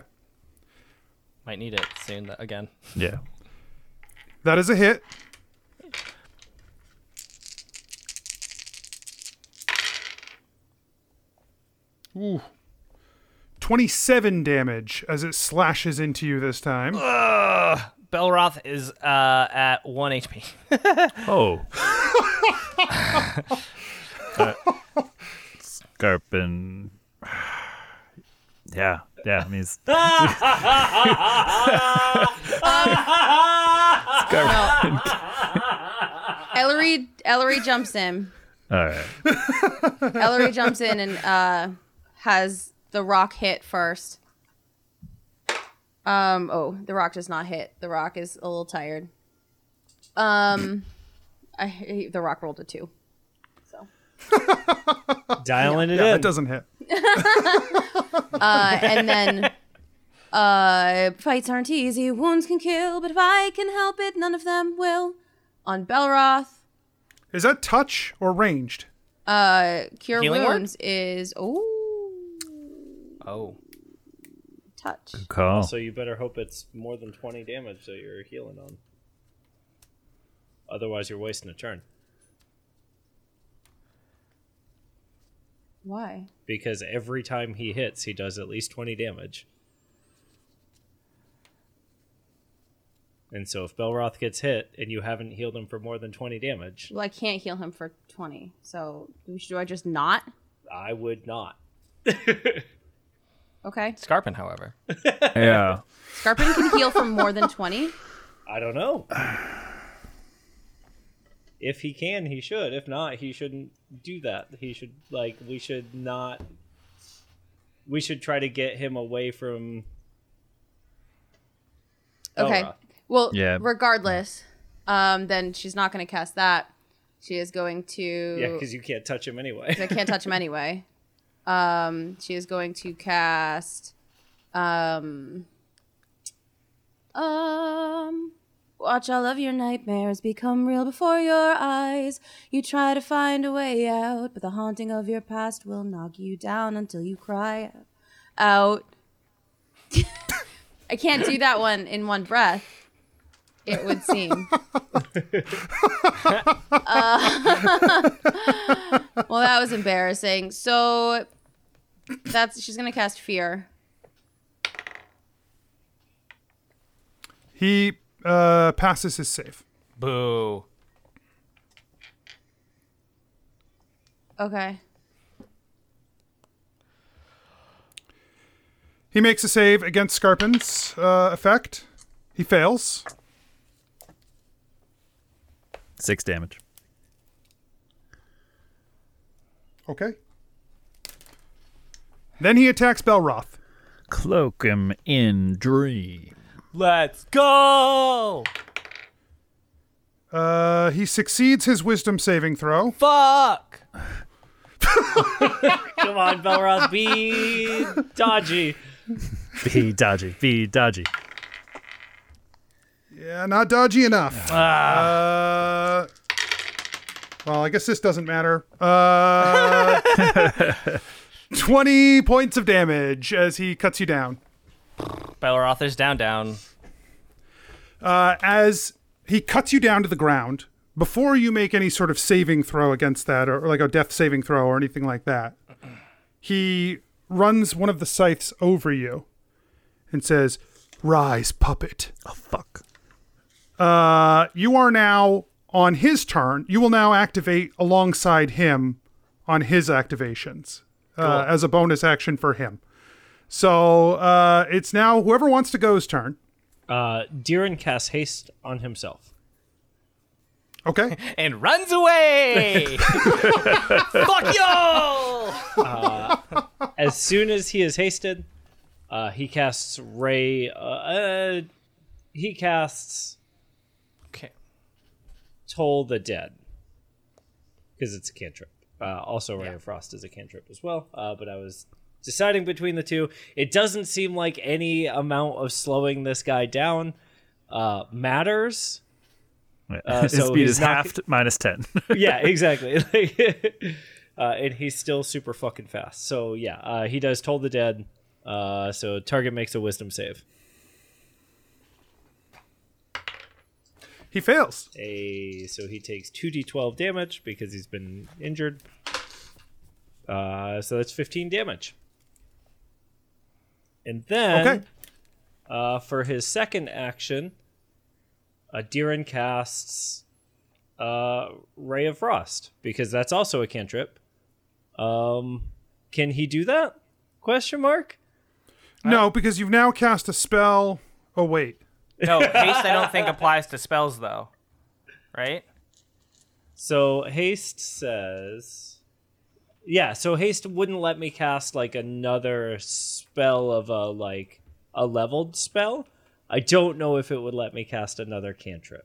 Might need it soon th- again.
Yeah.
That is a hit. Ooh. 27 damage as it slashes into you this time.
Belroth is uh, at one HP.
Oh. Uh, Scarpin. Yeah, yeah. I mean, it's-
Ellery, Ellery jumps in.
all right.
Ellery jumps in and uh, has the rock hit first. Um. Oh, the rock does not hit. The rock is a little tired. Um, I the rock rolled a two. So
Dialing it
Yeah,
in.
that doesn't hit.
uh, and then uh, fights aren't easy. Wounds can kill, but if I can help it, none of them will. on Belroth.
Is that touch or ranged?
Uh, cure
Healing word?
wounds is oh
Oh.
touch.
Call.
So you better hope it's more than 20 damage that you're healing on. Otherwise, you're wasting a turn.
Why?
Because every time he hits, he does at least 20 damage. And so if Belroth gets hit and you haven't healed him for more than 20 damage,
Well, I can't heal him for twenty. So do I just not?
I would not.
Okay.
Scarpin, however.
Yeah.
Scarpin can heal for more than twenty.
I don't know. if he can, he should. If not, he shouldn't do that. He should like we should not we should try to get him away from
Oh,
Okay.
Belroth.
Well,
Yeah.
regardless, um, then she's not going to cast that. She is going to.
Yeah, because you can't touch him anyway.
I can't touch him anyway. Um, she is going to cast. Um, um, watch all of your nightmares become real before your eyes. You try to find a way out, but the haunting of your past will knock you down until you cry out. I can't do that one in one breath. It would seem. Well, that was embarrassing. So that's she's gonna cast fear.
He uh, passes his save.
Boo.
Okay.
He makes a save against Scarpin's uh, effect. He fails.
Six damage.
Okay. Then he attacks Belroth.
Cloak him in dream.
Let's go!
Uh, he succeeds his wisdom saving throw.
Fuck!
Come on, Belroth, be dodgy.
Be dodgy. Be dodgy.
Yeah, not dodgy enough. Uh, well, I guess this doesn't matter. Uh, 20 points of damage as he cuts you down.
Belroth is down, down.
Uh, as he cuts you down to the ground, before you make any sort of saving throw against that, or, or like a death saving throw or anything like that, he runs one of the scythes over you and says, Rise, puppet.
Oh fuck.
Uh, you are now on his turn. You will now activate alongside him on his activations uh, as a bonus action for him. So uh, it's now whoever wants to go's turn.
Uh Diran casts haste on himself.
Okay.
And runs away! Fuck y'all!
As soon as he is hasted, uh he casts ray uh, uh he casts
Okay.
Toll the Dead because it's a cantrip. Uh, also, Ray of Frost is a cantrip as well. Uh, but I was deciding between the two. It doesn't seem like any amount of slowing this guy down uh, matters.
His
Uh, so
speed
he's
is
not-
half minus ten.
yeah, exactly. Like, uh, and he's still super fucking fast. So yeah, uh, he does Toll the Dead. Uh, so target makes a Wisdom save.
He fails.
A so he takes two d12 damage because he's been injured. Uh, so that's 15 damage. And then,
Okay.
uh, for his second action, uh, Diran casts uh, Ray of Frost because that's also a cantrip. Um, can he do that? Question mark.
No, because you've now cast a spell. Oh, wait.
No, haste I don't think applies to spells, though. Right?
So haste says, yeah. So haste wouldn't let me cast like another spell of a like a leveled spell. I don't know if it would let me cast another cantrip.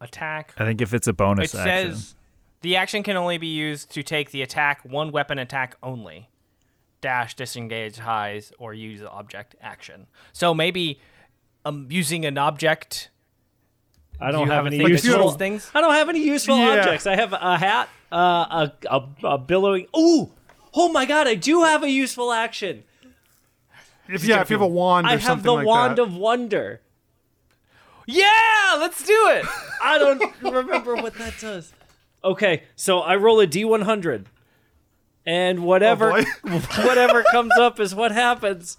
Attack.
I think if it's a
It
bonus action.
says the action can only be used to take the attack, one weapon attack only. Dash, disengage, highs, or use the object action. So maybe um, using an object
I don't
you have
have
a
any
thing that
useful
controls things?
I don't have any useful
Yeah.
objects. I have a hat, uh, a, a a billowing. Ooh, oh my god! I do have a useful action.
If yeah, if you have a wand, or
I have
something
the
like
wand
that.
of wonder.
Yeah, let's do it.
I don't remember what that does. Okay, so I roll a d100, and whatever
Oh,
whatever comes up is what happens.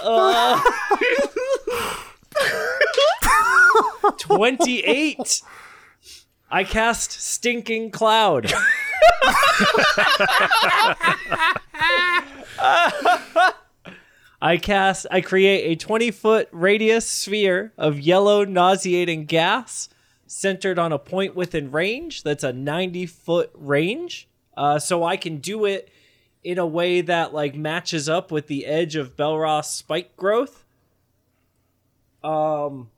Uh, Twenty-eight. I cast stinking cloud. I cast. I create a twenty-foot radius sphere of yellow, nauseating gas centered on a point within range that's a 90 foot range uh, so i can do it in a way that like matches up with the edge of belros spike growth um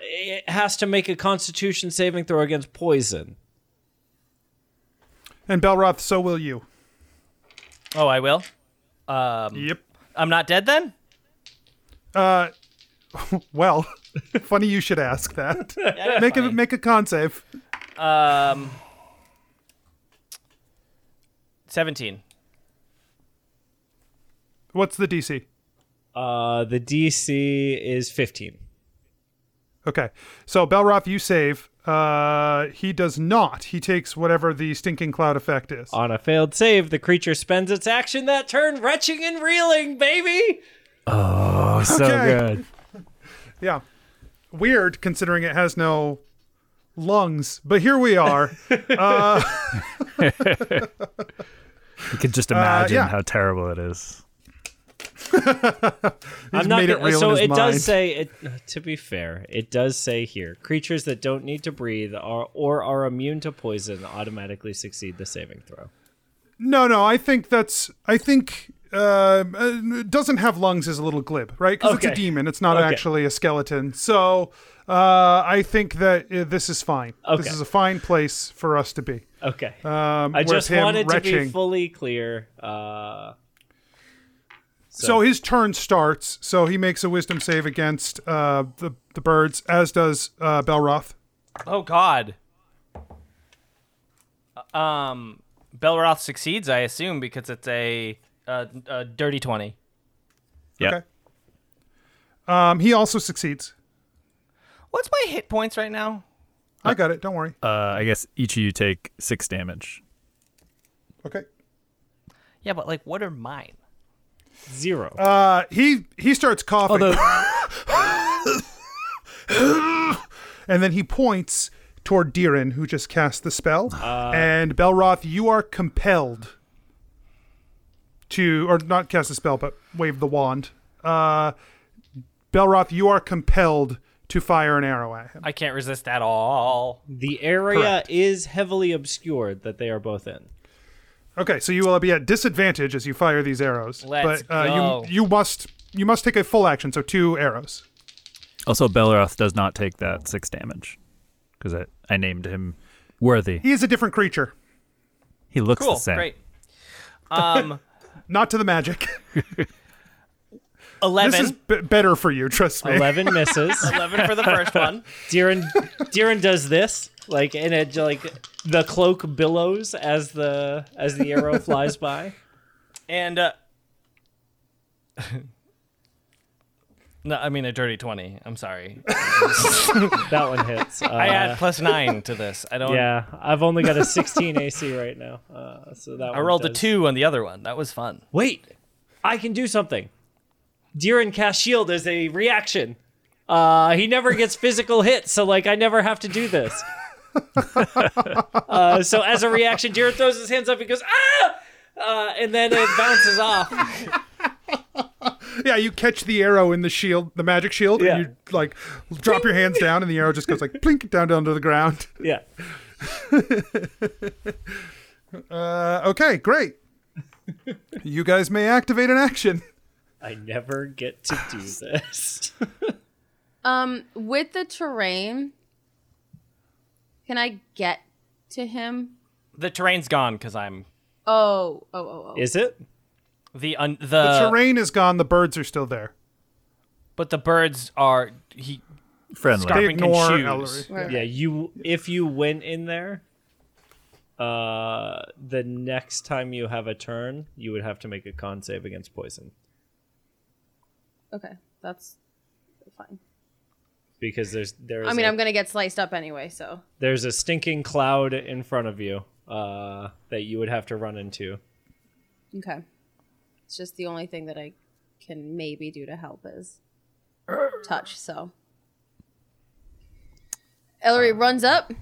it has to make a constitution saving throw against poison
and Belroth, so will you.
Oh, I will. Um,
Yep.
I'm not dead then.
Uh, well, funny you should ask that. make a make a con save.
Um, seventeen.
What's the DC?
uh the dc is 15
Okay, so Belroth, you save. Uh, he does not. He takes whatever the stinking cloud effect is.
on a failed save the creature spends its action that turn retching and reeling baby
Oh, so
Okay.
good.
Yeah. Weird considering it has no lungs, but here we are.
You can just imagine
Uh, yeah.
how terrible it is.
I'm not
made it
gonna,
real
so
in his
it
mind.
does say it to be fair it does say here creatures that don't need to breathe are, or are immune to poison automatically succeed the saving throw
no, no, I think that's I think uh, uh, doesn't have lungs is a little glib, right? Because it's
Okay.
a demon. It's not
Okay.
actually a skeleton. So uh, I think that uh, this is fine.
Okay.
This is a fine place for us to be.
okay
Um,
i
with
just
him
wanted to be
retching.
fully clear uh
So his turn starts. So he makes a wisdom save against uh, the the birds, as does uh, Belroth.
Oh God. Uh, Um, Belroth succeeds, I assume, because it's a, a, a dirty twenty.
Yeah.
Okay. Um, he also succeeds.
What's my hit points right now?
I got it. Don't worry.
Uh, I guess each of you take six damage.
Okay.
Yeah, but like, what are mine?
zero
Uh, he he starts coughing,
Although
and then he points toward Diran, who just cast the spell. and Belroth, you are compelled to, or not cast the spell, but wave the wand. Uh, Belroth, you are compelled to fire an arrow at him.
I can't resist at all.
the area
correct.
is heavily obscured that they are both in
Okay, so you will be at disadvantage as you fire these arrows.
Let's
but uh,
go.
you you must you must take a full action, so two arrows.
also Belroth does not take that six damage because I, I named him worthy.
He is a different creature,
He looks
Cool,
the same.
great. Um,
not to the magic.
eleven.
this is b- better for you, trust me.
11 misses
11 for the first one.
Diran Diran does this like and it like the cloak billows as the as the arrow flies by
And, uh. no, I mean a dirty 20. I'm sorry.
that one hits
I
Uh,
add plus 9 to this. I don't.
Yeah, I've only got a 16 AC right now. Uh, so that
I rolled a 2 on the other one. That was fun.
Wait, I can do something. Diran cast shield as a reaction. Uh, he never gets physical hits, so like I never have to do this. uh, so as a reaction, Diran throws his hands up. He goes ah, uh, and then it bounces off.
Yeah, you catch the arrow in the shield, the magic shield,
Yeah.
and you like drop your hands down, and the arrow just goes like plink down down to the ground.
Yeah,
Uh, okay, great. you guys may activate an action.
I never get to do this.
Um, with the terrain, can I get to him?
The terrain's gone because I'm.
Oh, oh, oh, oh.
Is it?
The, un- the, Uh,
The terrain is gone. The birds are still there.
But the birds are he
Friendly.
They
Scarpin
ignore
can choose.
Ellery.
Right.
Yeah, you if you went in there, uh, the next time you have a turn, you would have to make a con save against poison
Okay, that's fine.
because there's there's
I mean,
a,
I'm gonna get sliced up anyway, so
there's a stinking cloud in front of you uh, that you would have to run into.
okay. It's just the only thing that I can maybe do to help is touch. So Ellery runs up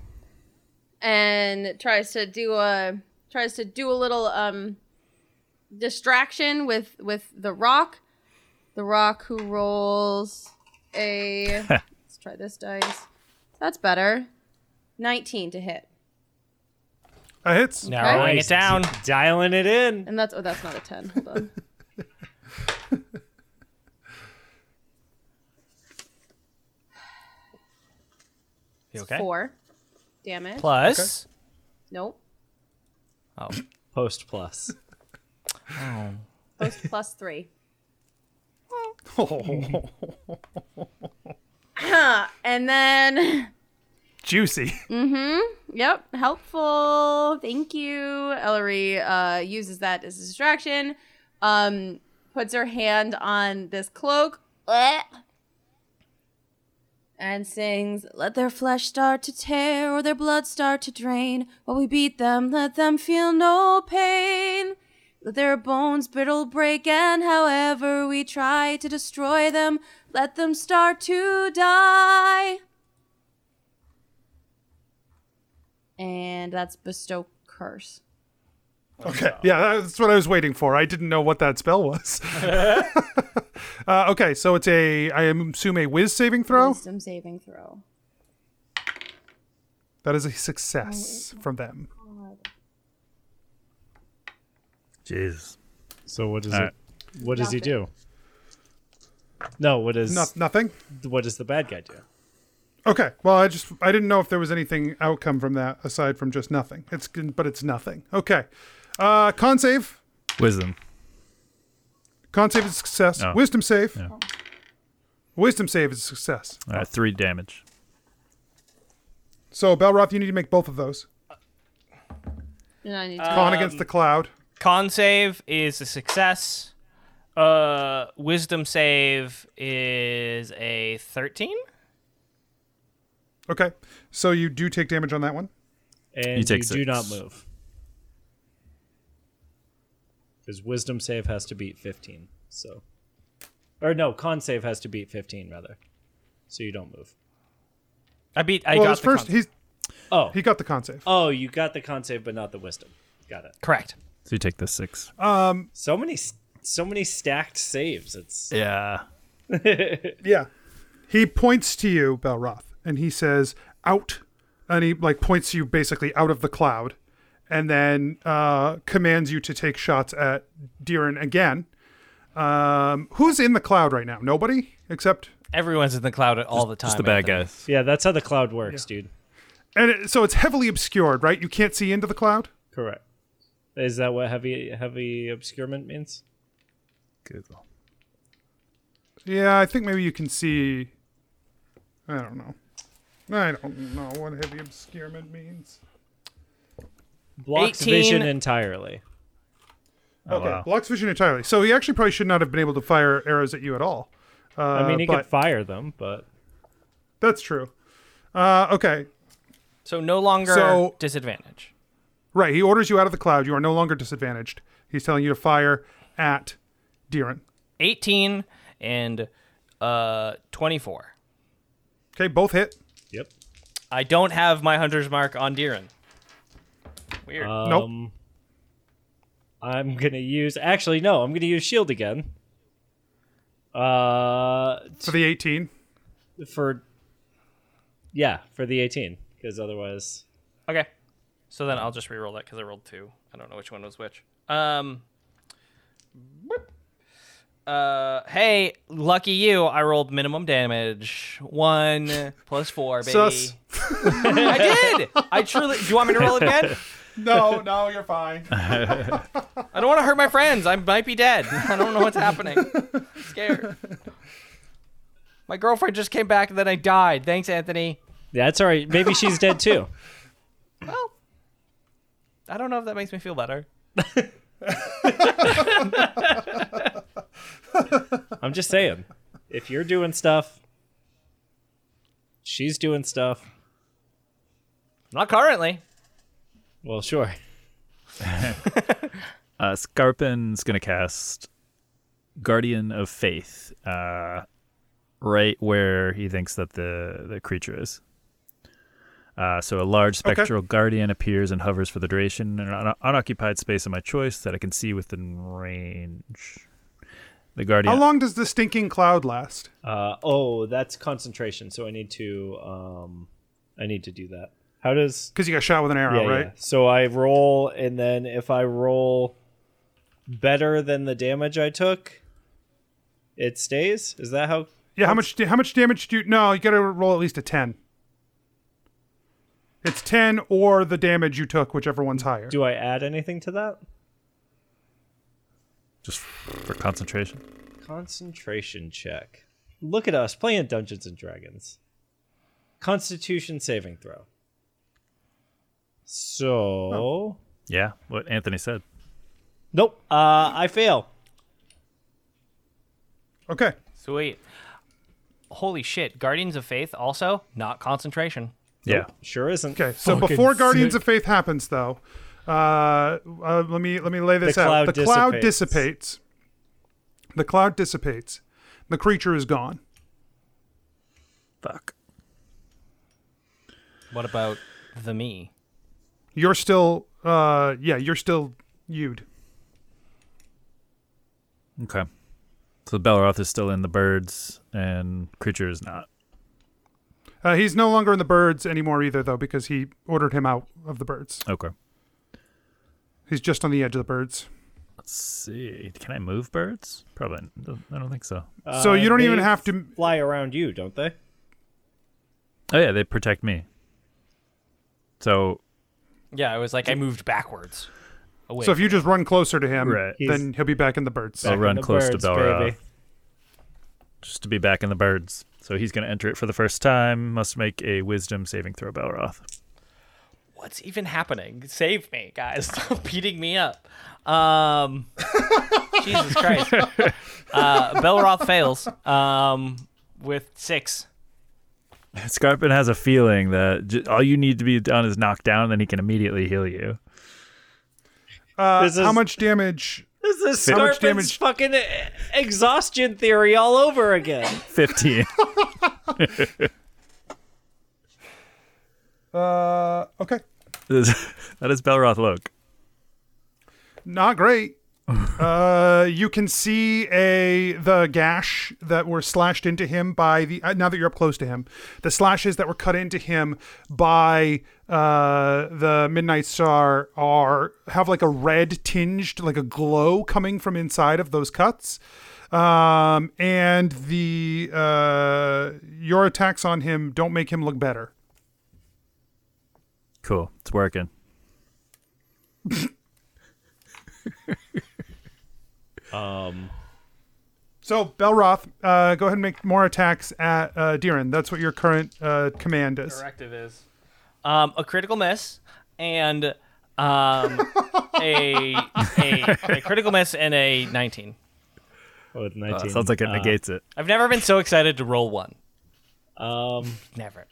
and tries to do a tries to do a little um distraction with with the rock. The rock who rolls a let's try this dice. That's better. 19 to hit.
That hits.
narrowing
Nice.
it down.
dialing it in.
And that's oh, that's not a ten. Hold on.
You okay?
Four damage.
Plus,
Nope.
Post plus.
Post plus three. and then,
Juicy.
yep, helpful. Thank you. Ellery uh, uses that as a distraction. Um, puts her hand on this cloak. Blech. and sings, Let their flesh start to tear or their blood start to drain. While we beat them, let them feel no pain. Let their bones brittle break, and however we try to destroy them, let them start to die. And that's bestow curse.
Okay. Yeah, that's what I was waiting for. I didn't know what that spell was. uh, okay, so it's a, I assume, a whiz saving throw.
Wisdom saving throw.
That is a success from them.
Jeez.
So what does
All right.
it? What does he
Nothing.
do? No. What does
No, nothing?
what does the bad guy do?
Okay. Well, I just, I didn't know if there was anything outcome from that aside from just nothing. It's, but it's nothing. Okay. Uh, con save.
Wisdom.
Con save is a success.
Oh.
Wisdom save. Wisdom save is a success.
All right, three damage.
So, Belroth, you need to make both of those.
And I need to
Um,
Con against the cloud.
con save is a success. Uh, wisdom save is a thirteen.
Okay. So you do take damage on that one.
And
You take
you do not
six.
move. Because wisdom save has to beat 15. So. Or no, con save has to beat 15, rather. So you don't move.
I beat. I
well,
got
his
the
first,
con-
he's,
Oh.
he got the con save.
Oh, you got the con save, but not the wisdom. Got it.
correct.
So you take the six.
So many. s- So many stacked saves. It's
Yeah.
Yeah. He points to you, Belroth, and he says, out. And he like points you basically out of the cloud and then uh, commands you to take shots at Deeren again. Um, who's in the cloud right now? Nobody except.
Everyone's in the cloud at all the time.
Just the bad
Anthony.
guys.
yeah. That's how the cloud works, dude.
And it, so it's heavily obscured, right? You can't see into the cloud?
Correct. Is that what heavy heavy obscurement means?
Google.
Yeah, I think maybe you can see. I don't know. I don't know what heavy obscurement means.
Blocks
18.
vision entirely. Oh,
Okay,
Oh, wow.
blocks vision entirely. So he actually probably should not have been able to fire arrows at you at all. Uh,
I mean, he
but
could fire them, but
that's true. Uh, okay,
So no longer
So-
disadvantage.
right. He orders you out of the cloud. You are no longer disadvantaged. He's telling you to fire at Deeren.
Eighteen and uh twenty-four.
Okay, both hit.
yep.
I don't have my hunter's mark on Deeren. Weird.
nope.
Um, I'm gonna use. Actually, no. I'm gonna use shield again. Uh,
For the 18.
for yeah, for the 18, because otherwise,
Okay. So then I'll just re-roll that because I rolled two. I don't know which one was which. Um. boop. Uh, hey, lucky you! I rolled minimum damage. One plus four, baby.
Sus.
I did. I truly. Do you want me to roll again?
No, no, you're fine.
I don't want to hurt my friends. I might be dead. I don't know what's happening. I'm scared. My girlfriend just came back and then I died. Thanks, Anthony.
That's all right. Maybe she's dead too.
Well, I don't know if that makes me feel better.
I'm just saying. If you're doing stuff, she's doing stuff.
Not currently.
Well, sure.
Uh, Scarpin's gonna cast Guardian of Faith, uh, right where he thinks that the the creature is. Uh, so a large spectral guardian appears and hovers for the duration in an un- unoccupied space of my choice that I can see within range. The guardian.
How long does the stinking cloud last?
Uh, oh, that's concentration. So I need to. Um, I need to do that. How does?
Because you got shot with an arrow,
Yeah,
right?
yeah. So I roll, and then if I roll better than the damage I took, it stays. Is that how?
Yeah, how much how much damage do you No, you got to roll at least a 10. It's 10 or the damage you took, whichever one's higher.
Do I add anything to that?
Just for concentration.
Concentration check. Look at us playing Dungeons and Dragons. Constitution saving throw. So
Yeah, what Anthony said.
nope, uh, I fail.
Okay.
Sweet. Holy shit. Guardians of Faith also not concentration.
Yeah.
Sure isn't.
Okay. So
Fucking
before Guardians
sick.
of Faith happens though, uh, uh, let me let me lay this
The
out.
cloud
the cloud
dissipates.
dissipates. The cloud dissipates. The creature is gone.
Fuck.
What about the me?
You're still uh yeah, you're still you'd.
Okay. So Belroth is still in the birds, and creature is not.
Uh, he's no longer in the birds anymore either though because he ordered him out of the birds.
Okay.
He's just on the edge of the birds.
Let's see. Can I move birds? Probably. I don't think so.
so
Uh,
you don't
they
even have to
fly around you, don't they?
Oh yeah, they protect me. So
Yeah, I was like, I moved backwards. Oh, Away.
So if you just run closer to him,
Right.
then he'll be back in the birds.
I'll
in
run
the
close
birds,
to Belroth
baby.
just to be back in the birds. So he's going to enter it for the first time. Must make a Wisdom saving throw, Belroth.
What's even happening? Save me, guys. Stop beating me up. Um, Jesus Christ. Uh, Belroth fails um, with six.
Scarpin has a feeling that j- all you need to be done is knock down, and then he can immediately heal you.
Uh,
This
How
is-
much damage?
This is
How
much
Scarpin's
damage-
fucking e- exhaustion theory all over again.
Fifteen.
Uh, okay,
This- that is Belroth Loke.
not great. uh, you can see a the gash that were slashed into him by the. Uh, now that you're up close to him, the slashes that were cut into him by uh, the Midnight Star are have like a red tinged, like a glow coming from inside of those cuts. Um, and the uh, your attacks on him don't make him look better.
Cool. It's working.
So Belroth, uh, go ahead and make more attacks at uh, Deeren. That's what your current uh, command is.
Directive is um, a critical miss and um, a, a, a critical miss and a 19.
Oh, with
Uh,
19.
sounds like it
Uh,
negates it.
I've never been so excited to roll one.
Um,
Never.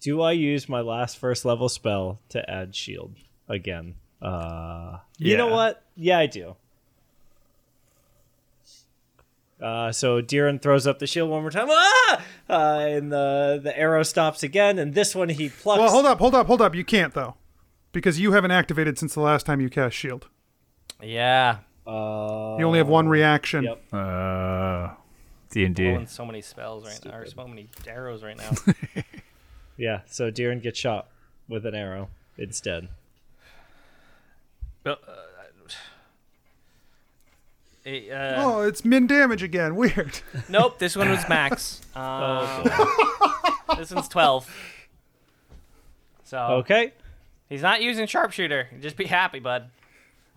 do I use my last first level spell to add shield again? Uh, You know
Yeah.
what? Yeah, I do. Uh, so Deeren throws up the shield one more time, ah! uh, and the the arrow stops again. And this one he plucks.
Well, hold up, hold up, hold up. You can't though, because you haven't activated since the last time you cast Shield.
Yeah.
Uh,
You only have
Oh,
one reaction.
yep.
Uh, D and D.
Rolling so many spells right now, or so many arrows right now.
Yeah. So Deeren gets shot with an arrow instead.
Uh, it, uh,
Oh, it's min damage again. Weird.
Nope, this one was max. Uh,
Oh,
this one's 12. So
Okay.
he's not using sharpshooter. Just be happy, bud.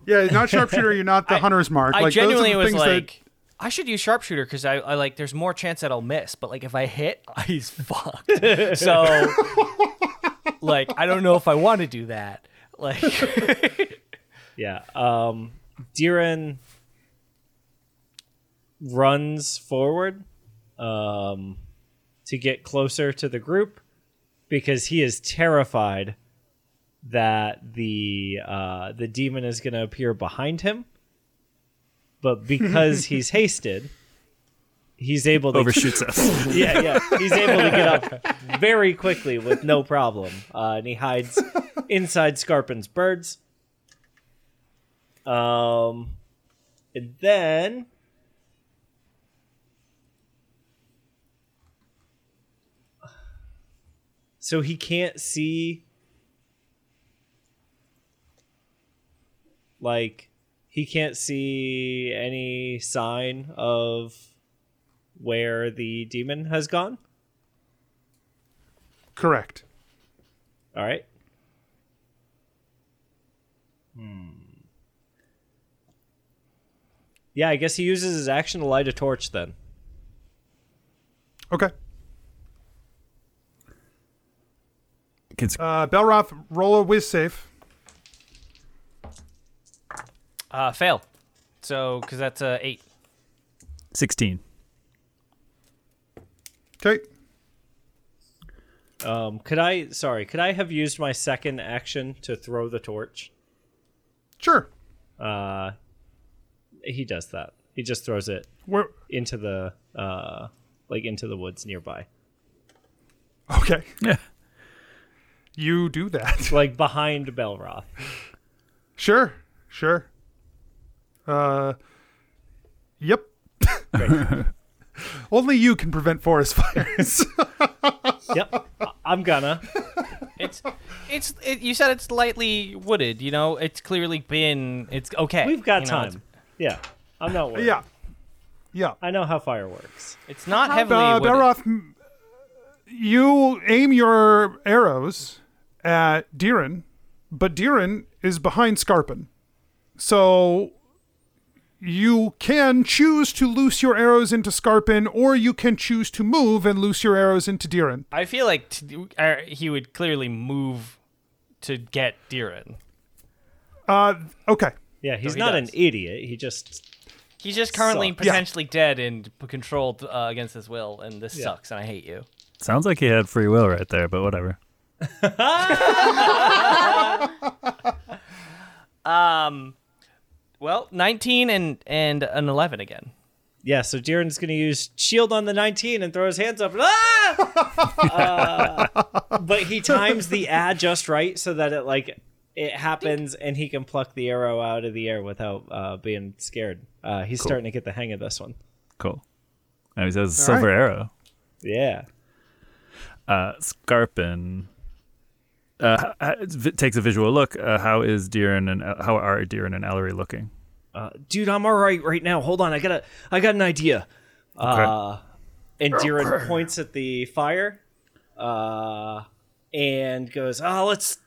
Yeah, not sharpshooter. You're not the hunter's mark.
I
like, those are
genuinely
the
was
things that-
like, I should use sharpshooter because I, I like there's more chance that I'll miss, but like if I hit, he's fucked. so like I don't know if I want to do that. Like
Yeah. Um Diren runs forward um to get closer to the group because he is terrified that the uh the demon is going to appear behind him. But because he's hasted, he's able to
Overshoots us.
yeah, yeah. He's able to get up very quickly with no problem, uh, and he hides inside Scarpin's birds. Um, and then so he can't see like he can't see any sign of where the demon has gone.
Correct.
All right. Hmm. Yeah, I guess he uses his action to light a torch then.
Okay.
Can
Uh, Belroth, roll a whiz safe.
uh, fail. So because that's uh, eight.
16.
Okay.
Um, could I? Sorry, could I have used my second action to throw the torch?
Sure.
Uh, he does that. He just throws it
Where?
into the uh, like into the woods nearby,
Okay.
Yeah.
You do that.
like behind Belroth.
Sure. Sure. Uh. Yep. Only you can prevent forest fires.
yep, I- I'm gonna.
It's it's it, you said it's lightly wooded. You know, it's clearly been. It's okay.
We've got
you know, it's-
time. Yeah, I'm not worried.
yeah. Yeah.
I know how fire works.
It's, not heavily
Uh,
wooded.
Belroth, m- you aim your arrows at Diren, but Diren is behind Scarpin. So you can choose to loose your arrows into Scarpin, or you can choose to move and loose your arrows into Diren.
I feel like t- uh, he would clearly move to get Diren.
Uh, okay.
Yeah, he's
he
not
does.
an idiot. He just
He's just currently
Sucks.
Yeah.
potentially dead and p- controlled uh, against his will, and this sucks, and I hate you.
Sounds like he had free will right there, but whatever.
Well, 19 and and an 11 again.
Yeah, so Darren's going to use shield on the 19 and throw his hands up. Ah! Uh, but he times the ah just right so that it like it happens and he can pluck the arrow out of the air without uh, being scared. Uh, he's starting to get the hang of this one.
Cool. Now he has a silver arrow.
Yeah.
Uh, Scarpin uh, h- h- v- takes a visual look. Uh, how is Deeren and uh, how are Deeren and Ellery looking?
Uh, dude, I'm all right right now. Hold on, I got to I got an idea. Uh, and Darren points at the fire uh, and goes, "Ah, let's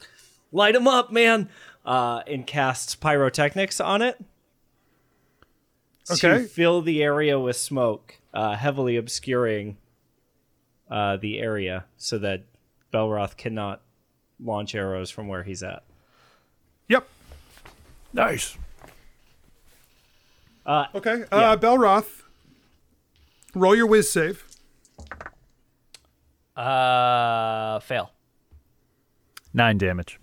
light him up, man!" Uh, and casts pyrotechnics on it.
Okay.
to fill the area with smoke, uh, heavily obscuring uh, the area so that Belroth cannot launch arrows from where he's at.
Yep.
Nice.
Okay. Uh, Belroth, roll your whiz save.
Uh, fail.
Nine damage.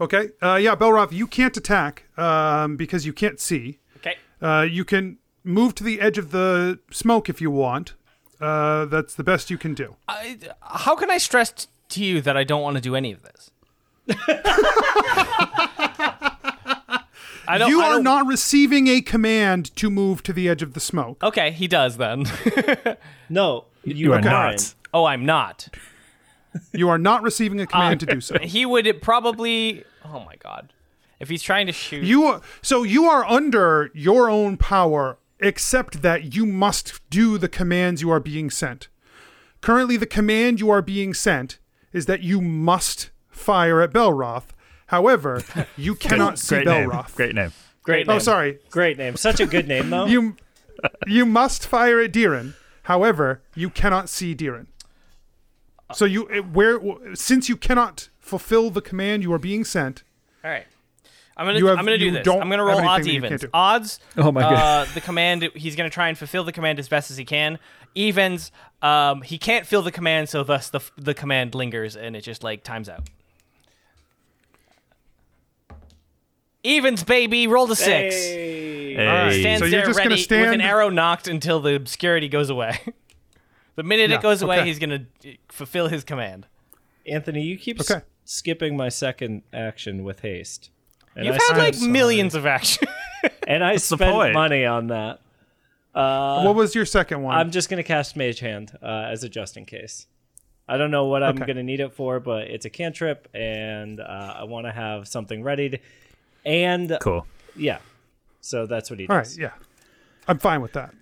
Okay. Uh, yeah, Belroth, you can't attack um, because you can't see.
Okay.
Uh, you can move to the edge of the smoke if you want. Uh, that's the best you can do.
I, how can I stress t- to you that I don't want to do any of this? I don't.
you
Oh, I
are
don't-
not receiving a command to move to the edge of the smoke.
Okay, he does then.
No, you,
You are
Darren.
not.
oh, I'm not.
You are not receiving a command to do so.
He would probably. Oh my god. If he's trying to shoot.
You are, so you are under your own power, except that you must do the commands you are being sent. Currently, the command you are being sent is that you must fire at Belroth. However, you cannot see
Great name.
Belroth.
Great name.
Great name.
Oh, sorry.
Great name. Such a good name, though.
You you must fire at Deeren. However, you cannot see Deeren. So you it- where since you cannot fulfill the command you are being sent.
All right. I'm gonna.
You have-
I'm gonna do
you
this.
don't
I'm gonna
have
roll
anything
odds
that you can't
evens.
do.
Odds.
Oh my
Uh,
God.
the command. He's gonna try and fulfill the command as best as he can. Evens. Um, he can't fill the command, so thus the the command lingers and it just like times out. Evens, baby. Roll to six.
Hey.
Stands
So you're
there
just
ready
gonna stand-
with an arrow knocked until the obscurity goes away. the minute
Yeah,
it goes away,
okay.
he's gonna uh, fulfill his command.
Anthony, you keep
Okay.
s- skipping my second action with haste. And
You've
I
had
spent-
like millions of actions.
and I
point?
spent money on that. Uh,
what was your second one?
I'm just gonna cast Mage Hand uh, as a just in case. I don't know what I'm
Okay.
gonna need it for, but it's a cantrip, and uh, I want to have something readied. And
Cool.
yeah, so that's what he
All
does.
right, yeah. I'm fine with that.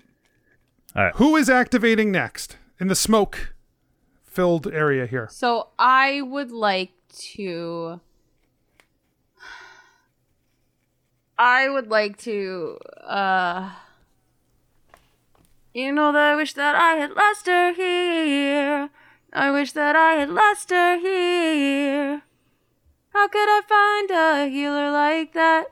All right.
Who is activating next in the smoke filled area here?
So I would like to. I would like to. uh You know that I wish that I had Lester here. I wish that I had Lester here. How could I find a healer like that?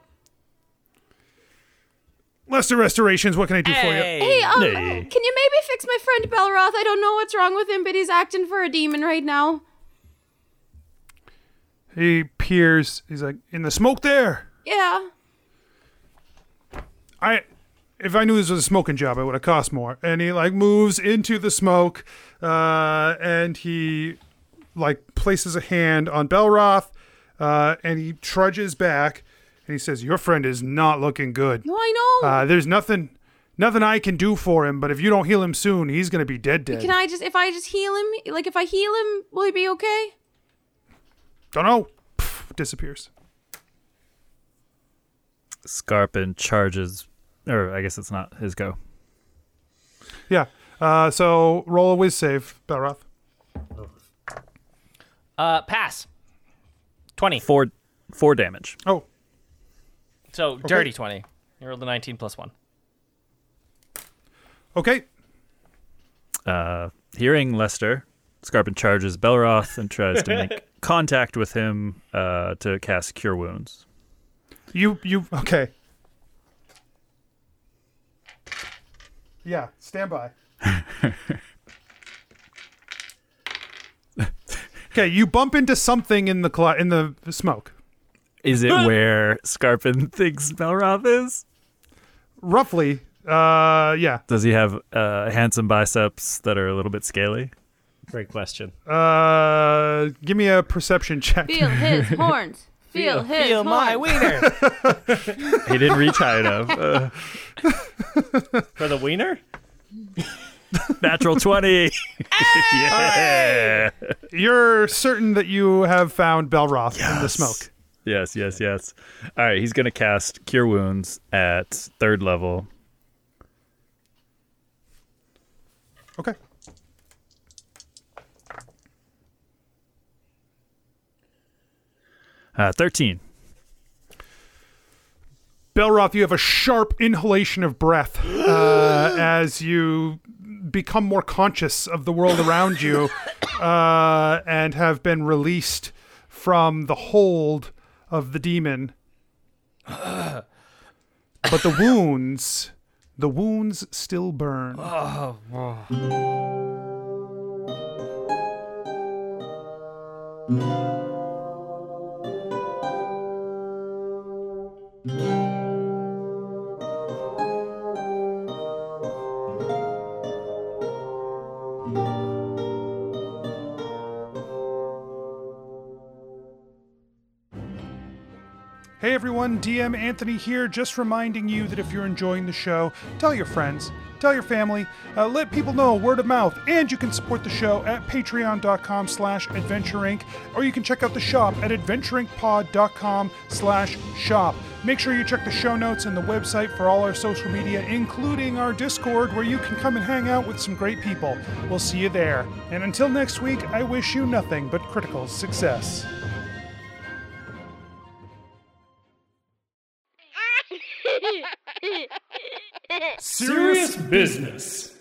Lester Restorations, what can I do for you?
Hey, um,
Nay.
can you maybe fix my friend Belroth? I don't know what's wrong with him, but he's acting for a demon right now.
He peers. He's like, in the smoke there.
Yeah.
I if I knew this was a smoking job, it would have cost more. And he like moves into the smoke, uh, and he like places a hand on Belroth, uh, and he trudges back, and he says, "Your friend is not looking good.
No, I know.
Ah,
Uh, there's nothing, nothing I can do for him. But if you don't heal him soon, he's gonna be dead. Dead.
Can I just if I just heal him? Like if I heal him, will he be okay?
don't know. Pff, disappears.
Scarpin charges, or I guess it's not his go.
Yeah. Uh, so roll a whiz save, Belroth.
Uh, pass. Twenty.
Four, four damage.
Oh,
So dirty twenty. You rolled a nineteen plus one.
okay.
Uh, hearing Lester, Scarpin charges Belroth and tries to make contact with him uh, to cast Cure Wounds.
You you okay? Yeah, stand by. okay, you bump into something in the cl- in the smoke.
Is it where Scarpin thinks Belroth is?
Roughly, uh, yeah.
Does he have uh, handsome biceps that are a little bit scaly?
Great question.
Uh, give me a perception check.
Feel his horns. Feel his
Feel my
horns.
wiener.
He didn't reach high enough. Uh,
For the wiener,
natural 20. yeah.
You're certain that you have found Belroth in the smoke.
Yes, yes, yes. All right, he's going to cast Cure Wounds at third level.
Okay.
Uh, 13.
Belroth, you have a sharp inhalation of breath uh, as you become more conscious of the world around you uh, and have been released from the hold of the demon. But the wounds, the wounds still burn. Hey everyone, DM Anthony here, just reminding you that if you're enjoying the show, tell your friends, tell your family, uh, let people know word of mouth, and you can support the show at patreon.com slash adventureinc, or you can check out the shop at adventureincpod.com slash shop. Make sure you check the show notes and the website for all our social media, including our Discord, where you can come and hang out with some great people. We'll see you there. And until next week, I wish you nothing but critical success. serious business.